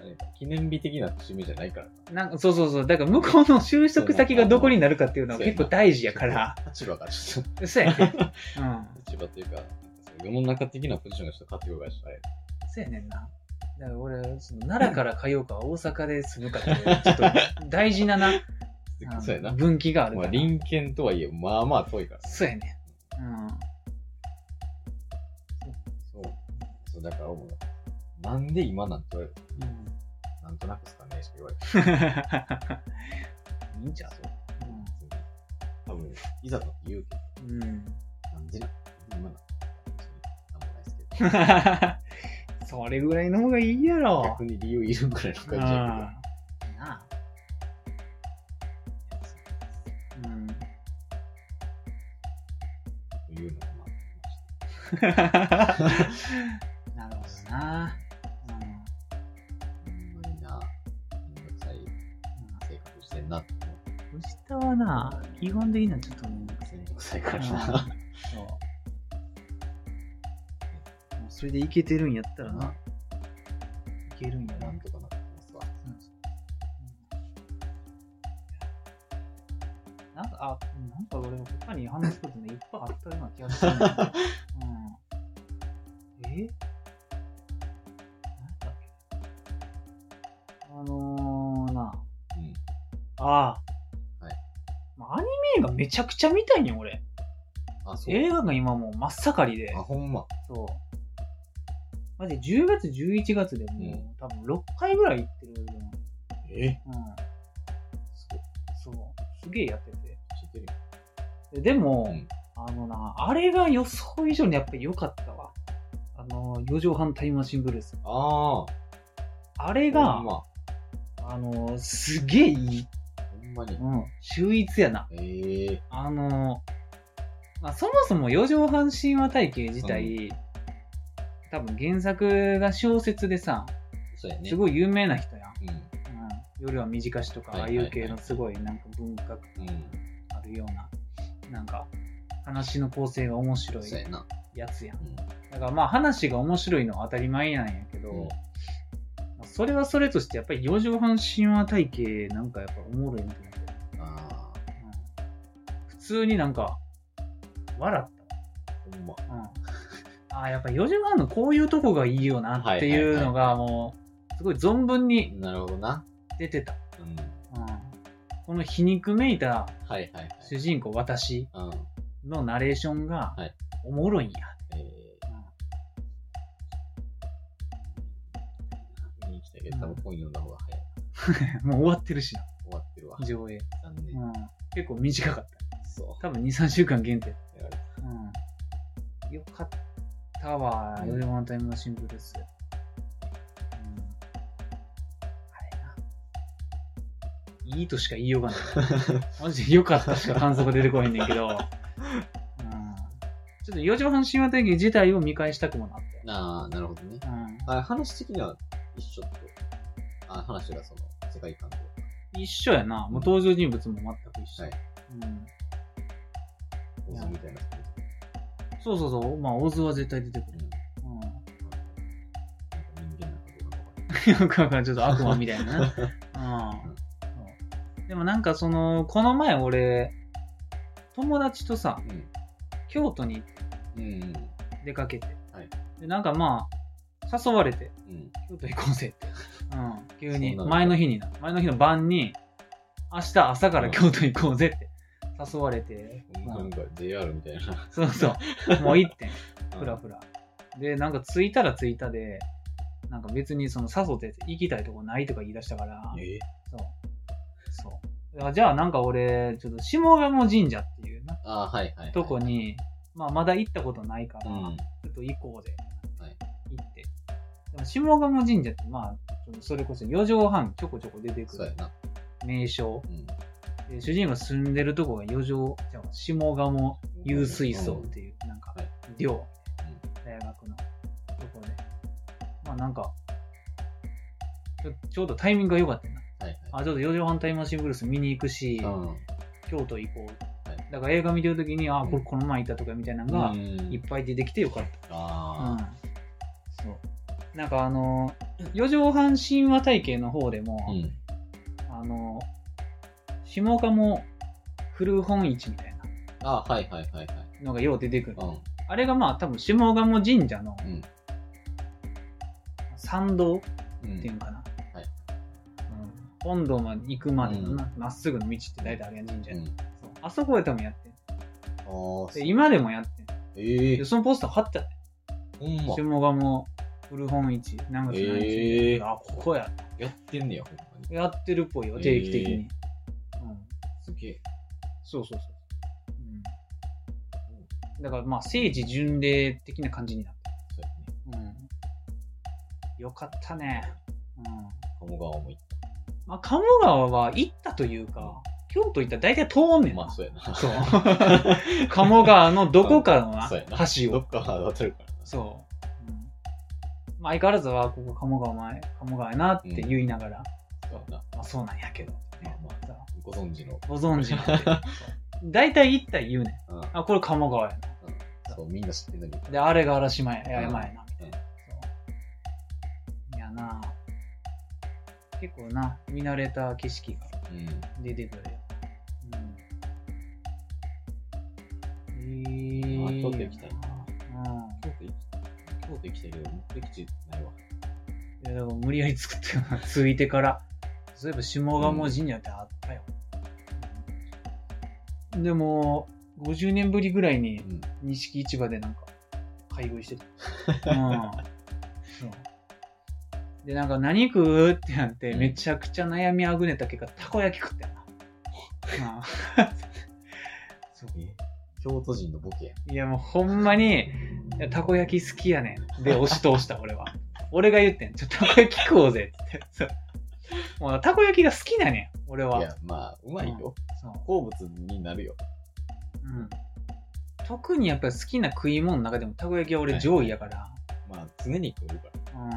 れ記念日的な節目じゃないからな。
なんかそうそうそう。だから向こうの就職先がどこになるかっていうのは
そうや
結
な
構大事やから。。
立場がちょっと、
そうやね。うん。
立場というか、なんかそう世の中的なポジションがちょっと勝手がしない。
そうやねんな。だから俺、その奈良から通うか大阪で住むかっていう、ちょっと大事なな、うん
そうやな。
分岐がある
ま
か
あ、
ら。
隣県とはいえ、まあまあ遠いから。
そうやね。うん。
そう。そう、だから思う。なんで今なんて言われる
うん
なんとなくですかねしか言われて。
いいんちゃう
そう。多分、いざと言うけど、
うん。
なんでなん今なん別になんもないですけど。
それぐらいの方がいいやろ
逆。に理由いるぐらいの
うん
感じや
なあ。うん。
けど、というのがまあ、
なるほどな。うん
ほんまにな、めんどくさい性格してんなって思って。
うん藤田はな、基本的にはちょっとめんどくさ
めんどくさいか
いか
ら
ら
な
な。そう。もうそれでいけてるんやったらな、いけるんやな
な。んとかなってますわ。
なんか、あ、なんか俺、他に話すことね、いっぱいあったような気がするんだけど。うん。えなんだっけあのーな、
うん。
ああ。
はい
まあ。アニメ映画めちゃくちゃ見たいねん、俺。
あ、そう。
映画が今もう真っ盛りで
あ、。ほんま。
そう。マジ10月、11月でもう、多分6回ぐらい行ってるよ。
え
うん。
そう。
そう。すげえやってて。
知ってる
ででも、
うん
あのな、あれが予想以上にやっぱり良かったわ。あの、4畳半タイムマシンブルース。
ああ。
あれ
ほ
が
ん、ま。
あの、すげえいい。
ほんまに。
うん。秀逸やな。
ええ
あの、まあ、そもそも4畳半神話体系自体、多分原作が小説でさ、
そうやね。
す
い。
ごい有名な人やん。
う
うん、夜は短しとか、
はい
ああ
はい
い
はいう
系のすごいなんか文化が
ん。うん。
あるような、なんか話の構成が面白い
そうやな。
やつやん
う。ん。
だからまあ話が面白いのは当たり前なんやけど、
うん
まあそれはそれとしてやっぱり四畳半神話体系なんかやっぱおもろいなと思って、
あ
うん、普通になんか笑っ
あ。ほんま。
た。うん、ああ、やっぱ四畳半のこういうとこがいいよなっていうのがもうすごい存分に
なるほどな。
出てた。
うん。
うん、この皮肉めいた
はいはいはい。
主人公私
うん。
のナレーションが
はい
おもろいんや。
ええ見に来たけど、多分本読んだ方が早い。
もう終わってるしな、
終わってるわ。
上映。
残念。
うん、結構短かっ
そ
た。多分2、3週間限定。
う。やられた
うん、よかったわ、
うん
ヨレマンタイムマシンブルース。うん、あれな。いいとしか言いよう がない。マジでよかったしか感想が出てこないんだけど。うん、ちょっと四畳半神話体系自体を見返したくもなっ
なあ、なるほどね。
た。うん
あ話的には一緒ってことあ話がその世界観と
一緒やな。もう登場人物も全く一緒。
はい
うん、
構図みたいな
そうそうそう。まあ、オズは絶対出てくる。う
うん、人間なことがわか
ん。
る
よくわ かんないちょっと悪魔みたいなね。う ん。そうでもなんかその、この前俺、友達とさ、京都に
うんうんうん
出かけて。
はい
で、なんかまあ、誘われて、
うん
京都行こうぜって。うん。急に、
そんなの
前の日にな。前の日の晩に、明日朝から京都行こうぜって誘われて。
な
うんん
か JR みたいな
そうそう。もう一点。ふらふら。で、なんか着いたら着いたで、なんか別にその誘って行きたいとこないとか言い出したから、
え
そう。そうあ。じゃあなんか俺、ちょっと下鴨神社っていうな
あはいはい、はい、
とこに、まあまだ行ったことないか
う
ら、
ん
ちょっと行こうぜ。
はい
行って。でも下鴨神社ってまあ、ちょっとそれこそ4畳半ちょこちょこ出てく
そうや
る
な
名称。
うん
で主人が住んでるとこが4畳、じゃあ下鴨有水槽っていう、なんか
はい、
寮、大学のとこで。まあなんか、ちょちょうどタイミングが良かったよな。
はい
あ、ちょっと4畳半タイムマシンブルース見に行くし、
はいうん
京都行こう。
はい
だから映画見てるときに、あ、
うん
これこの前行ったとかみたいなの
う
が、
ん
いっぱい出てきてよかった。う
あ
ん。そう。なんかあの、4畳半神話体系の方でも、
あうん
あの、下鴨古本市みたいな
あはいはいはいはい
のがよう出てくる。
うん
あれがまあ多分下鴨神社の
うん
参道
うん
っていうのかな、
は
う
い
ん、本堂まで行くまでのなま、っすぐの道って大体あれやん神社、
うん
そうあそこで多分やってん
あー
で今でもやってん
ええ
でそのポスター貼ってあった
ほんま
下鴨古本市何月何日、
へー
あここや
やってんねやほんまに
やってるっぽいよ定期的に、
へー
うん、
すげえ
そうそうそう、うん、だからまあ聖地巡礼的な感じになって
そうやね
る、うん、よかったね、うん
鴨川も行っ
まあ、鴨川は行ったというか、京都行ったら大体通んねん
た
な。
まあそうやな
そう。 鴨川のどこかのな
そうやな
橋
ど
を。
っか渡るからな
そう。うんまあ、相変わらずは、ここ鴨川前、鴨川やなって言いながら、
そうやな
まあそうなんやけど、ね
まあご存知の、
ご存知なんで。そう 大体行ったら言うねん。
うん、
あ、これ鴨川やな。
そうみんな知ってんだけど
で、あれが嵐島や、
ん
山やな、みたいな。そういやな結構な、見慣れた景色が。
うん
出てくるよ。うん。ええ。うん。
まあ京都行きたい京都行き京都行きたいけど目的地ないわ
いや、だから無理やり作ったよな、 ついてから。そういえば下鴨神社ってあったよ。でも、50年ぶりぐらいに
うん
錦市場でなんか、買い食いして た。うん。そうで、なんか何食うってなって、
うん
めちゃくちゃ悩みあ ぐねた結果、たこ焼き食ったよな。うんそう
え京都人のボケやん。
いやもうほんまに、いやたこ焼き好きやねん。で、押し通した、俺は。俺が言ってん。ちょ、たこ焼き食おうぜ。って。そうもう、たこ焼きが好きなんや、俺
い
は。
や、まあ、うまいよ。
そう
好物になるよ。
うん。特にやっぱり好きな食い物の中でも、たこ焼きは俺上位やから。
まあ、常に食えるから。
うん。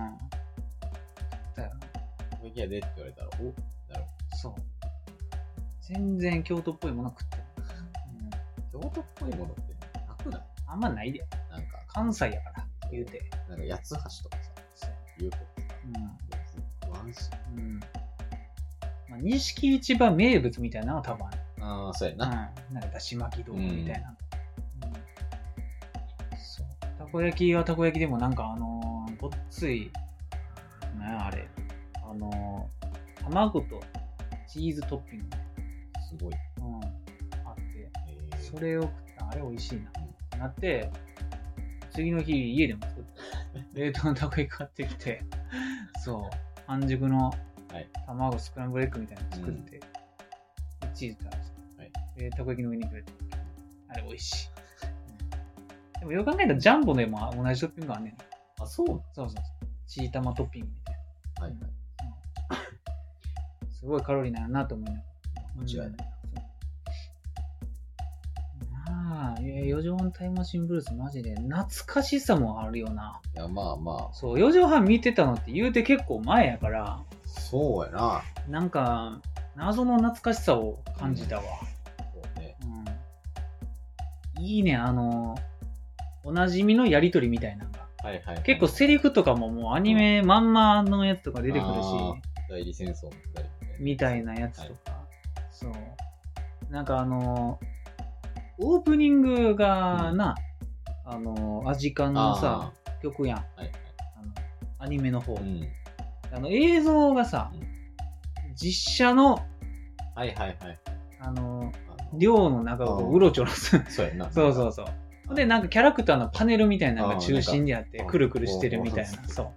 だよ。
たこ焼きやでって言われたら、お
そう。全然京都っぽいもの食ってない、
京都っぽいものってなくない
うん。あんまないで。
なんか、
関西やから、言うて。
なんか八つ橋とかさ、言うとワンシ
うん。うん。まあ、錦市場名物みたいなのは多分ある。
ああ、そうや
う
な。
ん。なんかだし巻き豆腐みたいな。うんそう。たこ焼きはたこ焼きでもなんかあのーごっつい、なんやあれ、あのー卵とチーズトッピング、
すごい。
うん、あって、
えー
それを食ったあれ美味しいなってなって次の日家でも作って 冷凍のたこ焼き買ってきてそう半熟の
はい
卵スクランブルエッグみたいなの作って、チーズ垂らして、
はい
でたこ焼きの上にくれてあれ美味しいうんでもよく考えたらジャンボでも同じトッピングあんねん
あ、そうなの
そうそうそうチー玉トッピングみたい
はいはい。
なすごいカロリーなるなと思いながら
間違いない。
まあ、いや四畳半タイムマシンブルース、マジで懐かしさもあるよな。
いや、まあま
そう、四畳半見てたのって言うて結構前やから、
あ、そうやな。
なんか、謎の懐かしさを感じたわ。
そうね。
うん。いいね、あの、おなじみのやりとりみたいなのが。
はいはい、はい。
結構セリフとかももうアニメまんまのやつとか出てくるし、
あ代理戦争みたいな。
みたいなやつとか、そう。なんかあの、オープニングがな、あの、アジカンのさ、
あ
曲やん
あ、はい
あのアニメの方、
はい。うん。
あの映像がさ、
う
実写の
はいはいはい。
あの
あの
寮の中をこううろちょろする
そうやな。
そうそうそうほんでなんかキャラクターのパネルみたいなのが
あー
中心にあっ
な
て
んか
くるくるしてるみたい
うん
なそう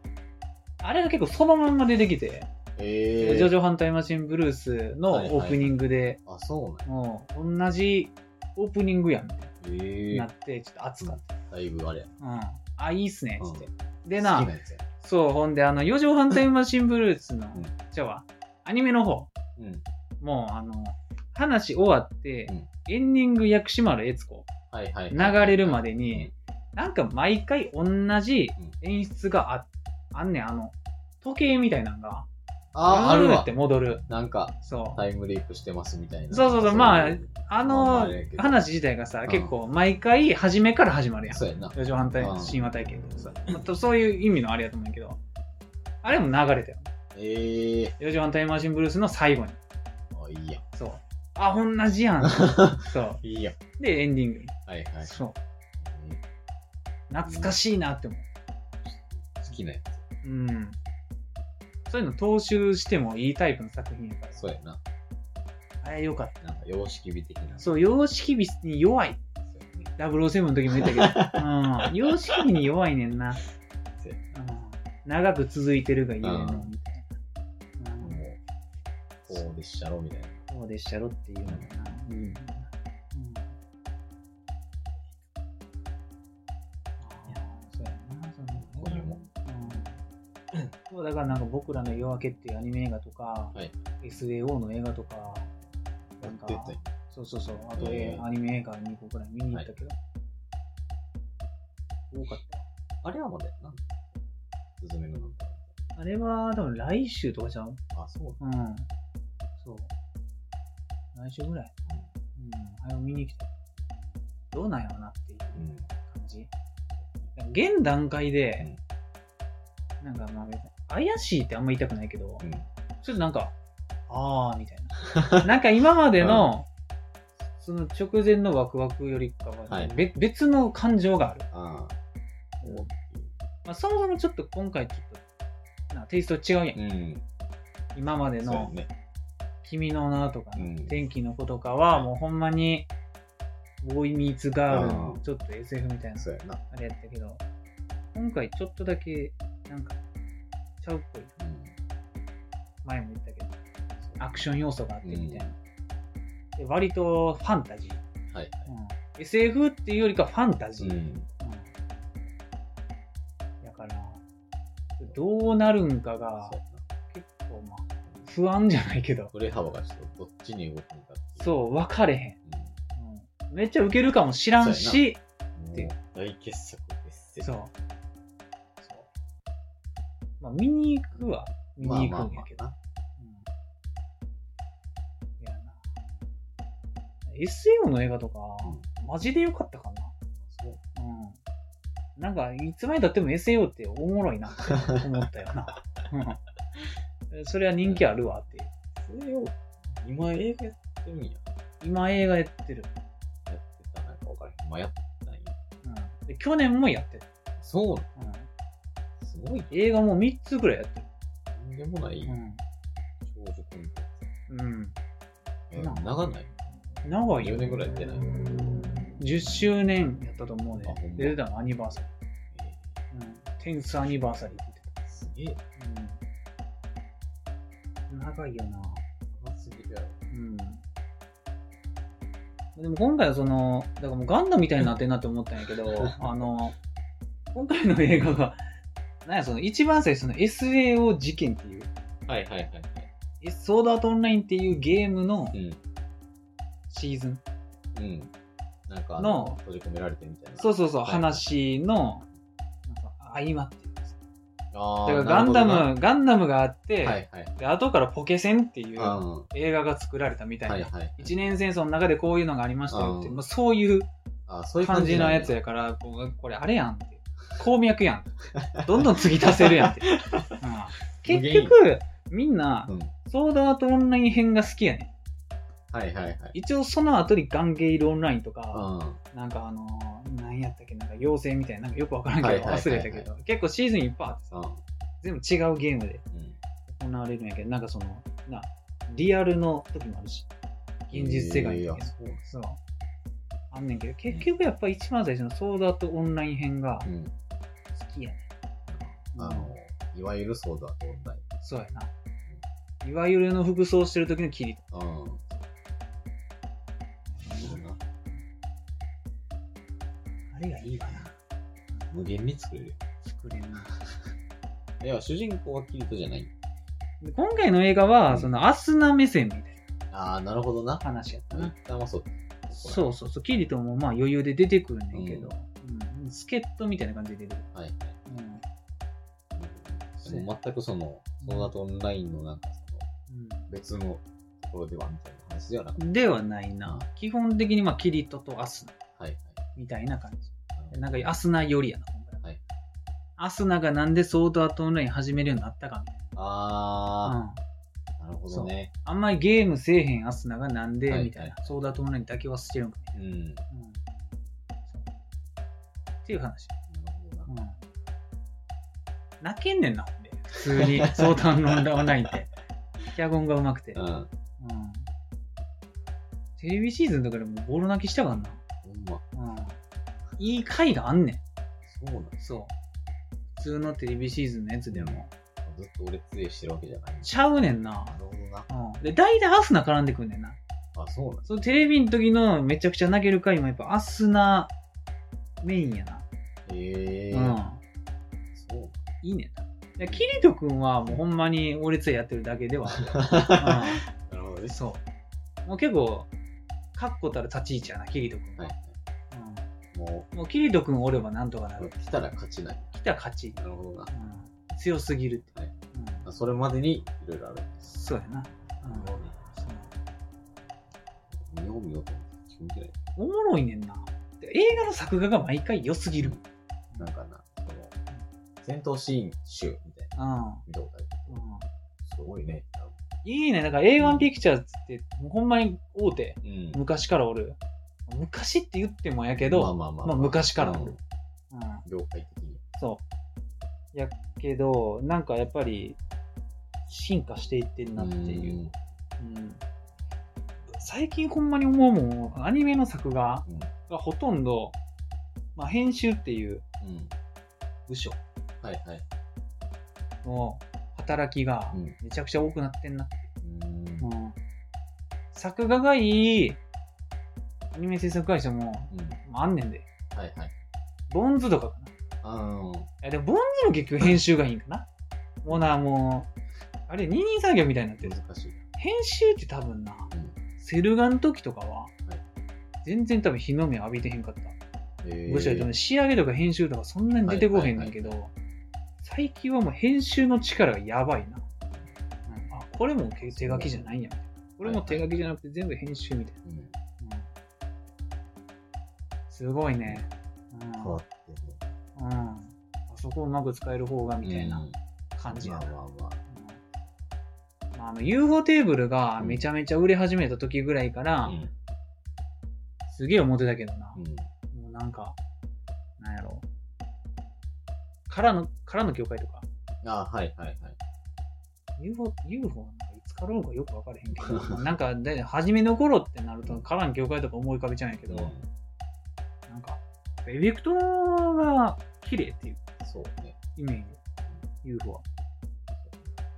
あれが結構そのまんま出てきて「
え
ジ
え
ョジョ反対マシンブルース」の
はいはい
オープニングで、
あ、そうなんや。
もう同じオープニングやんみたい
え
に
え
なってちょっと熱かった、
だいぶあれや。
うん、あいいっすねっつって、で
好き
な
やつや。
そう、ほんで、あの、四畳半タイムマシンブルースの
うん、
じゃあ、アニメの方、
うん。
もう、あの、話終わって
うん、
エンディング薬師丸悦子、
はいはい。
流れるまでに、なんか毎回同じ演出があ、あんねん、あの、時計みたいなんが、
あ、あ
ぐ
る
ー
わ
って。戻る。
なんか、
そう。
タイムリープしてますみたいな。
そうそうそうまあ
い
あ
まあ
の
あれやけ、ど
話自体がさ
う、ん
結構毎回初めから始まるやん。
そうやな。
四畳半タイム神話体験とかさ、まあそういう意味のあれやと思うんやけど、あれも流れたよ。
ええ
四畳半タイムマシンブルースの最後に。
あ、いいやん。
そう。あ、同じ やん。そ
いいやん。
う。で、エンディング。
はいはい。
そう。
うん
懐かしいなって思
好きなや
う。うん。そういうの踏襲してもいいタイプの作品やから
つ。。そうやな。
あれよかった。
なんか様式美的な。
そう、様式美に弱い。
そうやね
007の時も言った けど。うん。様式美に弱いねんな。
そうや
うん。長く続いてるがゆえ
う
の、
ん
みたいな。うん
もう、こうでっしゃろみたいな。
そうでっしゃろっていうのかな。うん。そうやな、そ
ここにも。
うんそうだからなんか僕らの夜明けっていうアニメ映画とか、
はい
SAO の映画とか、な
やっ
んか
てたよ
そうそうそう、あと、
えー
アニメ映画2個くらい見に行ったけど、多かっ
あれはまだやな。すずめのなんか。
た。あれは多分来週とかじゃん
あ、そう
うん。そう。来週ぐらい。うん。早く見に来た。どうなんやろなっていう
だ。うん。
感じ。現段階で、なんかまあ別に怪しいってあんま言いたくないけど、
うん。
ちょっとなんか、あーみたい な。なんか今までの、その直前のワクワクよりかは、
はい
べ別の感情がある。
ああ。
まあ、そもそもちょっと今回ちょっと、なテイスト違うやん。
うん。
今まで
そうや
の
ね。
君の名とか
う
の
ん。
天気の子とかは、もうほんまに、ボーイミーツガール
う
の
ん
ちょっと SF みたいな、
そうやな。
あれやったけど、今回ちょっとだけ、なんか、ちゃうっぽい。
うん。
前も言ったけど、アクション要素があってみたいな。
う
で割とファンタジー。
はいはい。
うん SF っていうよりかファンタジ
う
ー。
ん。
だから、どうなるんかが
そうやな
結構まあ、不安じゃないけど、
振れ幅がちょっとどっちに動くのかっていう。
そう、分かれへん。
うん。も
うんめっちゃウケるかもしらんし、
う
で
大傑作です
そう。そうまあ、見に行くは、見
まあ
に
ま
行
あ
くん
ま
や
あ
けど。
な。
うんいやな SF の映画とか、マジで良かったか
そう
な。うん。なんか、いつまでたっても SF っておもろいなって思ったよな。うん それは人気あるわって。
それを、今映画やってるんや。
今映画やってる。
やってたなんかわからへん。まあやってないや。
うん。で、去年もやってる。
そう
うん。
すごい。
映画も3つぐらいやって
なんでもない
る。
少女コ
う
ン
ん。うん。
テン
な
ツ。長ない。
長いよ
4。年ぐらいやってない。
10周年やったと思う
あほん
ね
ま。
で出たのアニバーサリ
え
ー。うん。テンスアニバーサリーって言って
ーすげえ。
た。うん。長いよな。
長すぎるやろ。
うん。でも今回はその、だからもうガンダムみたいになってんなって思ったんやけど、 あの、今回の映画が、なんやその一番最初の SAO 事件っていう、
はいはいはいはい。
えソードアートオンラインっていうゲームの
うん。
シーズン、
うん。なんかあ
の
閉じ込められてみたいな。
そうそうそう、
はい
話の、なんか合間っていうかさ
あ
だ
ー
からガンダ
なる
ム、ガンダムがあって、
ほどなはいはい。。
で後からポケセンっていううん
は
映画が作られたみたい
い
な、
はいはい。
一年戦争の中でこういうのがありましたよって、
うん
まあ、そういう
あーそういう
感じのやつやから、こうこれあれやんって、鉱脈やんって、どんどん継ぎ足せるやん って。うん
無
結
限
局、みんな
う、ん。
ソードアートオンライン編が好きやね
はいはいはい。
ん。一応その後にガンゲイルオンラインと
う
か、
ん。
なんかあのー、何やったっけ、なんか妖精みたいな、なんかよくわからんけど、
はいはいはい
忘
は
れ
い
たけど、結構シーズンいっぱいあって、全部違うゲームで
うん。
行われるんやけど、なんかその、な、リアルの時もあるし、現実世界
い
で
や
も。そう。あんねんけど、結局やっぱ一番最初のソードアートオンライン編が
うん。
好きやね
あの、いわゆるソードアートオンライ
そうやな。いわゆるの服装してる時のキリ
ン。うん。そうだな
あれがいいかな。
無限に作れるよ。
作れるない
や、主人公はキリトじゃない。
で今回の映画は、その、アスナ目線みたいな
ああ、なるほどな。
話やった
一
な。
旦はそう。
そうそうそう、キリトもまあ余裕で出てくるんだけど、うん、助っ人みたいな感じで出てくる。
はい。
うん
でも全くその、ソードアートオンラインのなんかその、別のところではみたいな話ではなく
うんではないな。基本的にまあキリトとアスナ
はいはい。
みたいな感じ。
あの
なんかアスナよりやな、ほんまに
はい
アスナがなんでソードアートオンライン始めるようになったかみたいな。
あ
うん
ー、なるほどね。
あんまりゲームせえへんアスナがなんで、
はい
みたいな。
は
ソードアートオンラインだけは捨てるんかね。
うん。な
う
る
んそうっていう話。
ほどな。
うん泣けんねんな、ほんで。普通に、 ソードアートオンラインって。キャゴンがうまくて、うん。
うん。
テレビシーズンとかでもボロ泣きしたからな。
ほんま。
うん。いい回があんね
そうなん
ん。そう。普通のテレビシーズンのやつでも。
ずっと俺プレイしてるわけじゃない。
ちゃうねんな。
なるほどな。
うん。で、大体アスナ絡んでくんねんな。
あ、そうなん
そのテレビの時のめちゃくちゃ投げる回もやっぱアスナメインやな。
へえ
う
ー。
ん。
そうなん
いいねんな。いや、キリト君はもうほんまに俺つやってるだけではある
なるほど
う ん
ね。
そう。もう結構、確固たる立ち位置やな、キリト君
は
は。
い。はいも
うんもうキリト君おればなんとかな
う、
る。
来たら勝ちない。
来た勝ち。
なるほどな。
うん強すぎるって。
はい
うん
あそれまでにいろいろある。
そうやな。うんそう
見よう見ようと思って聞いてない。
おもろいねんな。てか映画の作画が毎回良すぎる。
なんかな、その、戦闘シーン集みたいな、
うん。うん
見たことあるけどすごいね。
いいね。なんか A1 ピクチャーズって、もうほんまに大手。
うん
昔からおる。昔って言ってもやけど、
まあまあまあ、
まあ昔から
う
の
ん
うん
業界的に。
そう。やけど、なんかやっぱり、進化していってんなっていう。
ん。
うん最近ほんまに思うもん、アニメの作画
うん
がほとんど、まあ、編集っていう
うん。
部署
はいはい。
の働きが
うん
めちゃくちゃ多くなってんなって
うん
うん作画がいいアニメ制作会社も、
うん。
まあ、あんねんで。
はいはい。
ボンズとかかな。い
あのー、
や、でもボンズも結局編集がいいんかな。もうな、もう、あれ、二人作業みたいになってる。
難しい。
編集って多分な、
うん
セルガの時とかは、
い
全然多分日の目浴びてへんかった。
え
むしろ多分仕上げとか編集とかそんなに出てこへんねんけど、最近はもう編集の力がやばいな。あこれも手手書きじゃないんや。これも手書きじゃなくて全部編集みたい
うん
な。すごいね。
変
うん
わってるね
うん、あそこをうまく使える方がみたいな
うん
感じや
ま
な
あまあ
う
まあ。
んまああの UFO テーブルがめちゃめちゃ売れ始めた時ぐらいから、
うん
すげえ思ってたけどな、
うん
もうなんか、なんやろ。からの、からの業界とか、
あはいはいはい。
UFO、UFO なんかいつからのかよくわからへんけ ど、なんか、で、初めの頃ってなると、からの業界とか思い浮かべちゃうんやけ
けど
ど、、なんか、エフェクトが綺麗っていう
そうね。
イメージ、UFO は。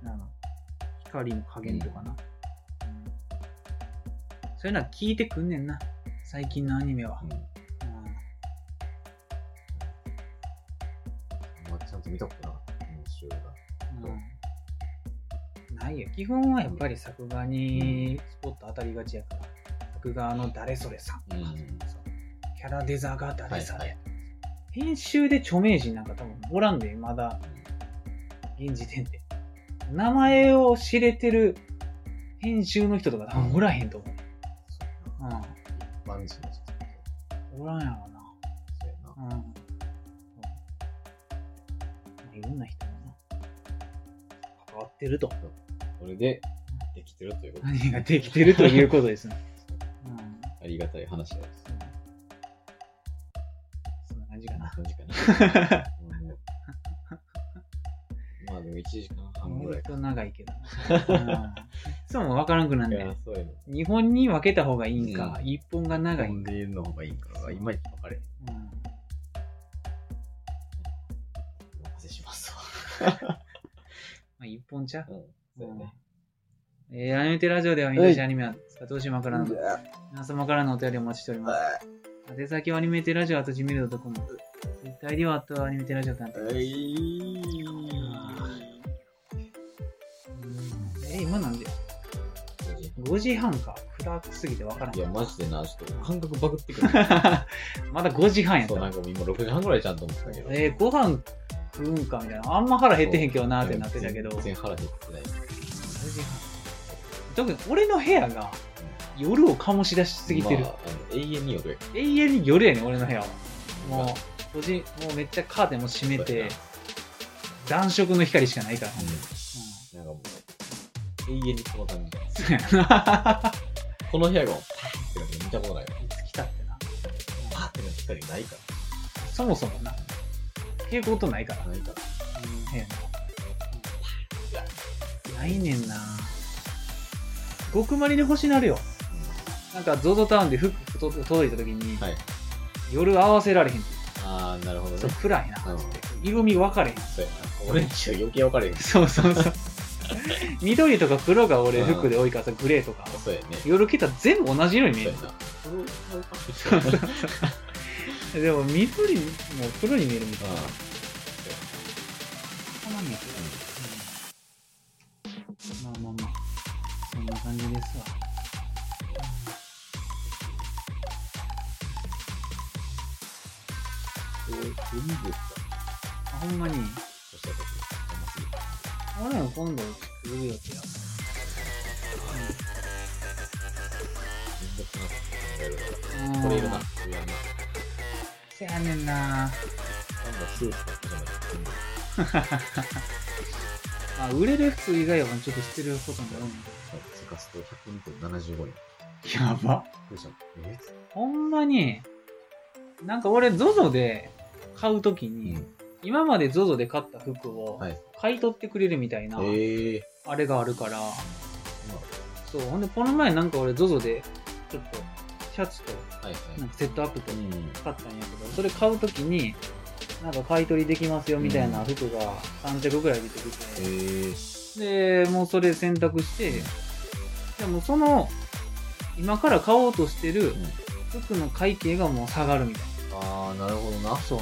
なんか光の加減とかな。うんそういうのは聞いてくんねんな、最近のアニメは
う。ん。
うん
まあ、ちゃんと見たことなかった、編集が。
うんないよ基本はやっぱり作画にスポット当たりがちやから、作画の誰それさんとか、
う
そ
ん
うキャラデザが誰され、
はいはい
編集で著名人なんか多分おらんでまだ現時点で名前を知れてる編集の人とか多分おらへんと思
そ
う、
うやな。一般人の人って
うん、おらんやろな
そうやな。
うん。まあいろんな人がな関わってると
これで、できてるということ。
何ができてるということですね、うん
ありがたい 話です。
そんな感じかな。
感じかな。もうまあでも1時間半ぐら
割
いか。
と長いけ どな。うんそうも分からんくなん
い
ね
や、。そうやね。
日本に分けた方がいいんか、
う
一本が長い
本
んか。
で言うの方がいいんかな。いまいち分かれへん。
うん
お任せしますわ。
まあ、一本ちゃう。
うん。そうやね。
えー、アニメテラジオでは、見出しアニメは佐藤島からの皆様からのお便りをお待ちしております。宛先はアニメテラジオ、あとジミルド .com。Twitter では、あとアニメテラジオとなっており
はい。
ます。えー、今なんで5時半か。暗くすぎて分からん
いや、マジでな、ちょっと感覚バグってくる。
まだ5時半やった
そう、なんかもう今6時半ぐらいちゃんと思ってたけど。
えー、ご飯食うんかみたいな。あんま腹減ってへんけどなーってなってたけど。
全然腹減ってない。
特に俺の部屋が夜を醸し出しすぎてる。
まああの永遠に夜やか
永遠に夜やねん、俺の部屋は。
ら
もう、閉じ、もうめっちゃカーテンも閉め
そうや
て
な、
暖色の光しかないから。う ん
うん、なんかもう、永遠にこの感じ。
そうやな。
この部屋がもうパーってなんか見たことないから。
いつ来たってな。
パーってなんか光ないか
そもそもな、蛍光灯ないから
ら。、ないから。
俺の部屋には。ないねんな。極まりで星なるよ。なんか ZOZO タウンで服と届いた時に、
はい
夜合わせられへんって
あー、なるほどね。
そう暗いな
なるほ
色味分かれへん
そうやな。俺にしは余計分かれへん。
そうそうそう 緑とか黒が俺
うん
服で多いからさグレーとか
そうやね。
夜着たら全部同じ色に見
そう
える
やな。
そうそうそうでも緑も黒に見えるみたいな
あ
そんなんやけどうんまあまあまあそんな感じですわ
ーえーいいですか
あほんまに
そしたら僕、甘すぎた
俺も今度作る予定や
めんどくさな
うん
これいるな。
うん
これやるな。
せやねんな
今度はスーツ買ったじゃない全部
まあ売れる服以外はちょっと捨てることになるんだ
セカスト102個75円。
けどやば
どうしたのえ
ほんまに、なんか俺 ZOZO で買うときに、
うん
今まで ZOZO で買った服を
はい
買い取ってくれるみたいな、
ええ
あれがあるから、
ー。ま
そう、ほんでこの前なんか俺 ZOZO でちょっとシャツと
あはいはい。
なんかセットアップと
うん。
買ったんやけど、それ買うときに、なんか買い取りできますよみたいな服が3着ぐらい出てき
え
て、
えー。
で、もうそれ選択して、でもその、今から買おうとしてる
ん
つくの会計がもう下がるみたい
ああ、なるほどな
な。。そう。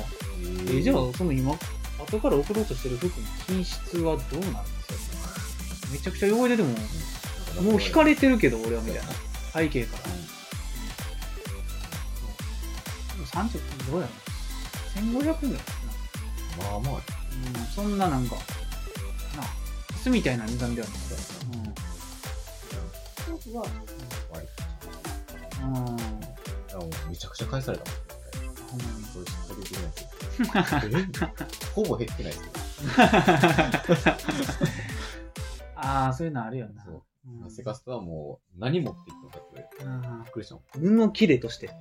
え
え、じゃあ、その今、後から送ろうとしてる服の品質はどうなんですかめちゃくちゃ汚れてても、もう引か
れ
れてるけど、俺はみたいな
な。。
背景から。そうでも30分どうやろう ?1500 円だよ
まあまあ、
な。うん、そんななんか、なあ、靴みたいな値段ではない。
そうやな僕は、割
うん。うん。
といやもうめちゃくちゃ返されたも
ほ
ん。
んまに
これ、それできないけどえほぼ減ってないですよ。
ああ、そういうのあるよな。
そう
うん
セカストはもう、何持ってきてもかってくれる。
うん
びっくりしたもん。
布切れとして
そう。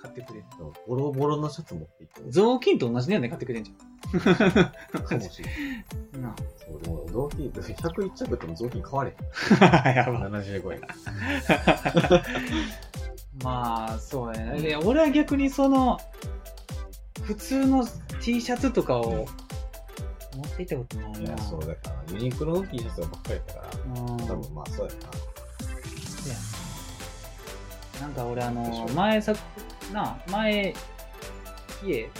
買ってくれる。
でもボロボロのシャツ持っていっても
雑巾と同じ値段で買ってくれんじ
かもしれない。
ゃん。な
そう、でも、雑巾、101着っても雑巾買われへん。
あ。 やば。
75円。
まあ、そうやね。で、俺は逆にその、普通の T シャツとかを持っていったことない
い
な。
や、そう、だから、ユニクロの T シャツがばっかりだから、
うん。
多分まあ、そうやな。
なんか俺あ
でしょ
の、前さ、なあ、前、家、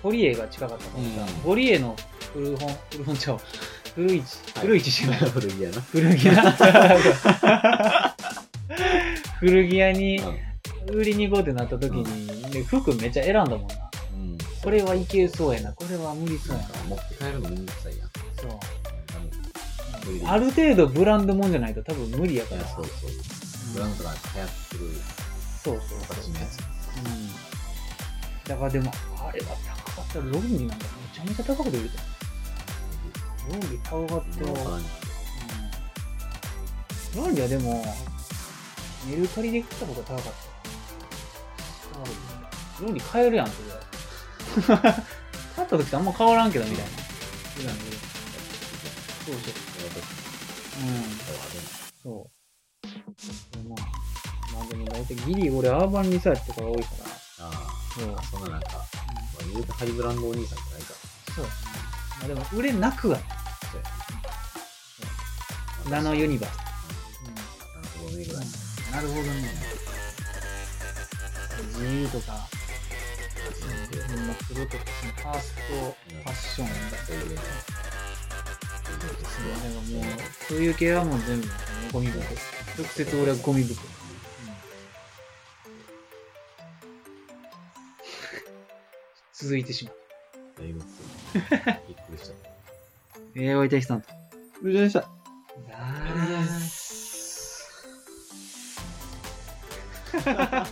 ホリエが近かったからさ、
うん
ホリエの古本、古本ちゃうわ古市、
はい
古市じゃ ない。
古着やな。
古着屋 古着屋に売りに行こうってなった時に、で服めっちゃ選んだもんな。
うん。
これはいけそうやな、これは無理そう
な
や
ん
な。
か、持って帰るのめんどくさいやん。
そう。
ダメ無理
ある程度ブランドもんじゃないと多分無理やか
い
ら。
や、そうそう。
うん
ブランドが流行ってる
そうそうそう。
形のやつ。
うん。だからでも、あれは高かったらロンリーなんかめちゃめちゃ高くて売れた。ロンリー高かった
ブラ
よ
ンドが
うん。ロンリーはでも、メルカリで買った方が高かったよ。ロンリー買えるやんって言われ た買った時とあんま変わらんけどみたいな。そうそう。うん。そう。まあ、まあでも大体ギリ俺アーバンリサーチとかが多いか
ああ、
ら。そう。うん、
そんななんか、まあ、言うてハイブランドお兄さんじゃないか
そう。まあでも売れなくはない。
ら。
ナノユニバース。
ごめんぐらい。
なるほどね。自由とか、うん、まあ黒とか、そのファーストファッションだ
そういうね。
でももう、そういう系はもう全部ゴミ袋。直接俺はゴミ 袋。続いてしまう。
だいぶびっくりした。
えー、おいたいさんと。
びっくりした。
あ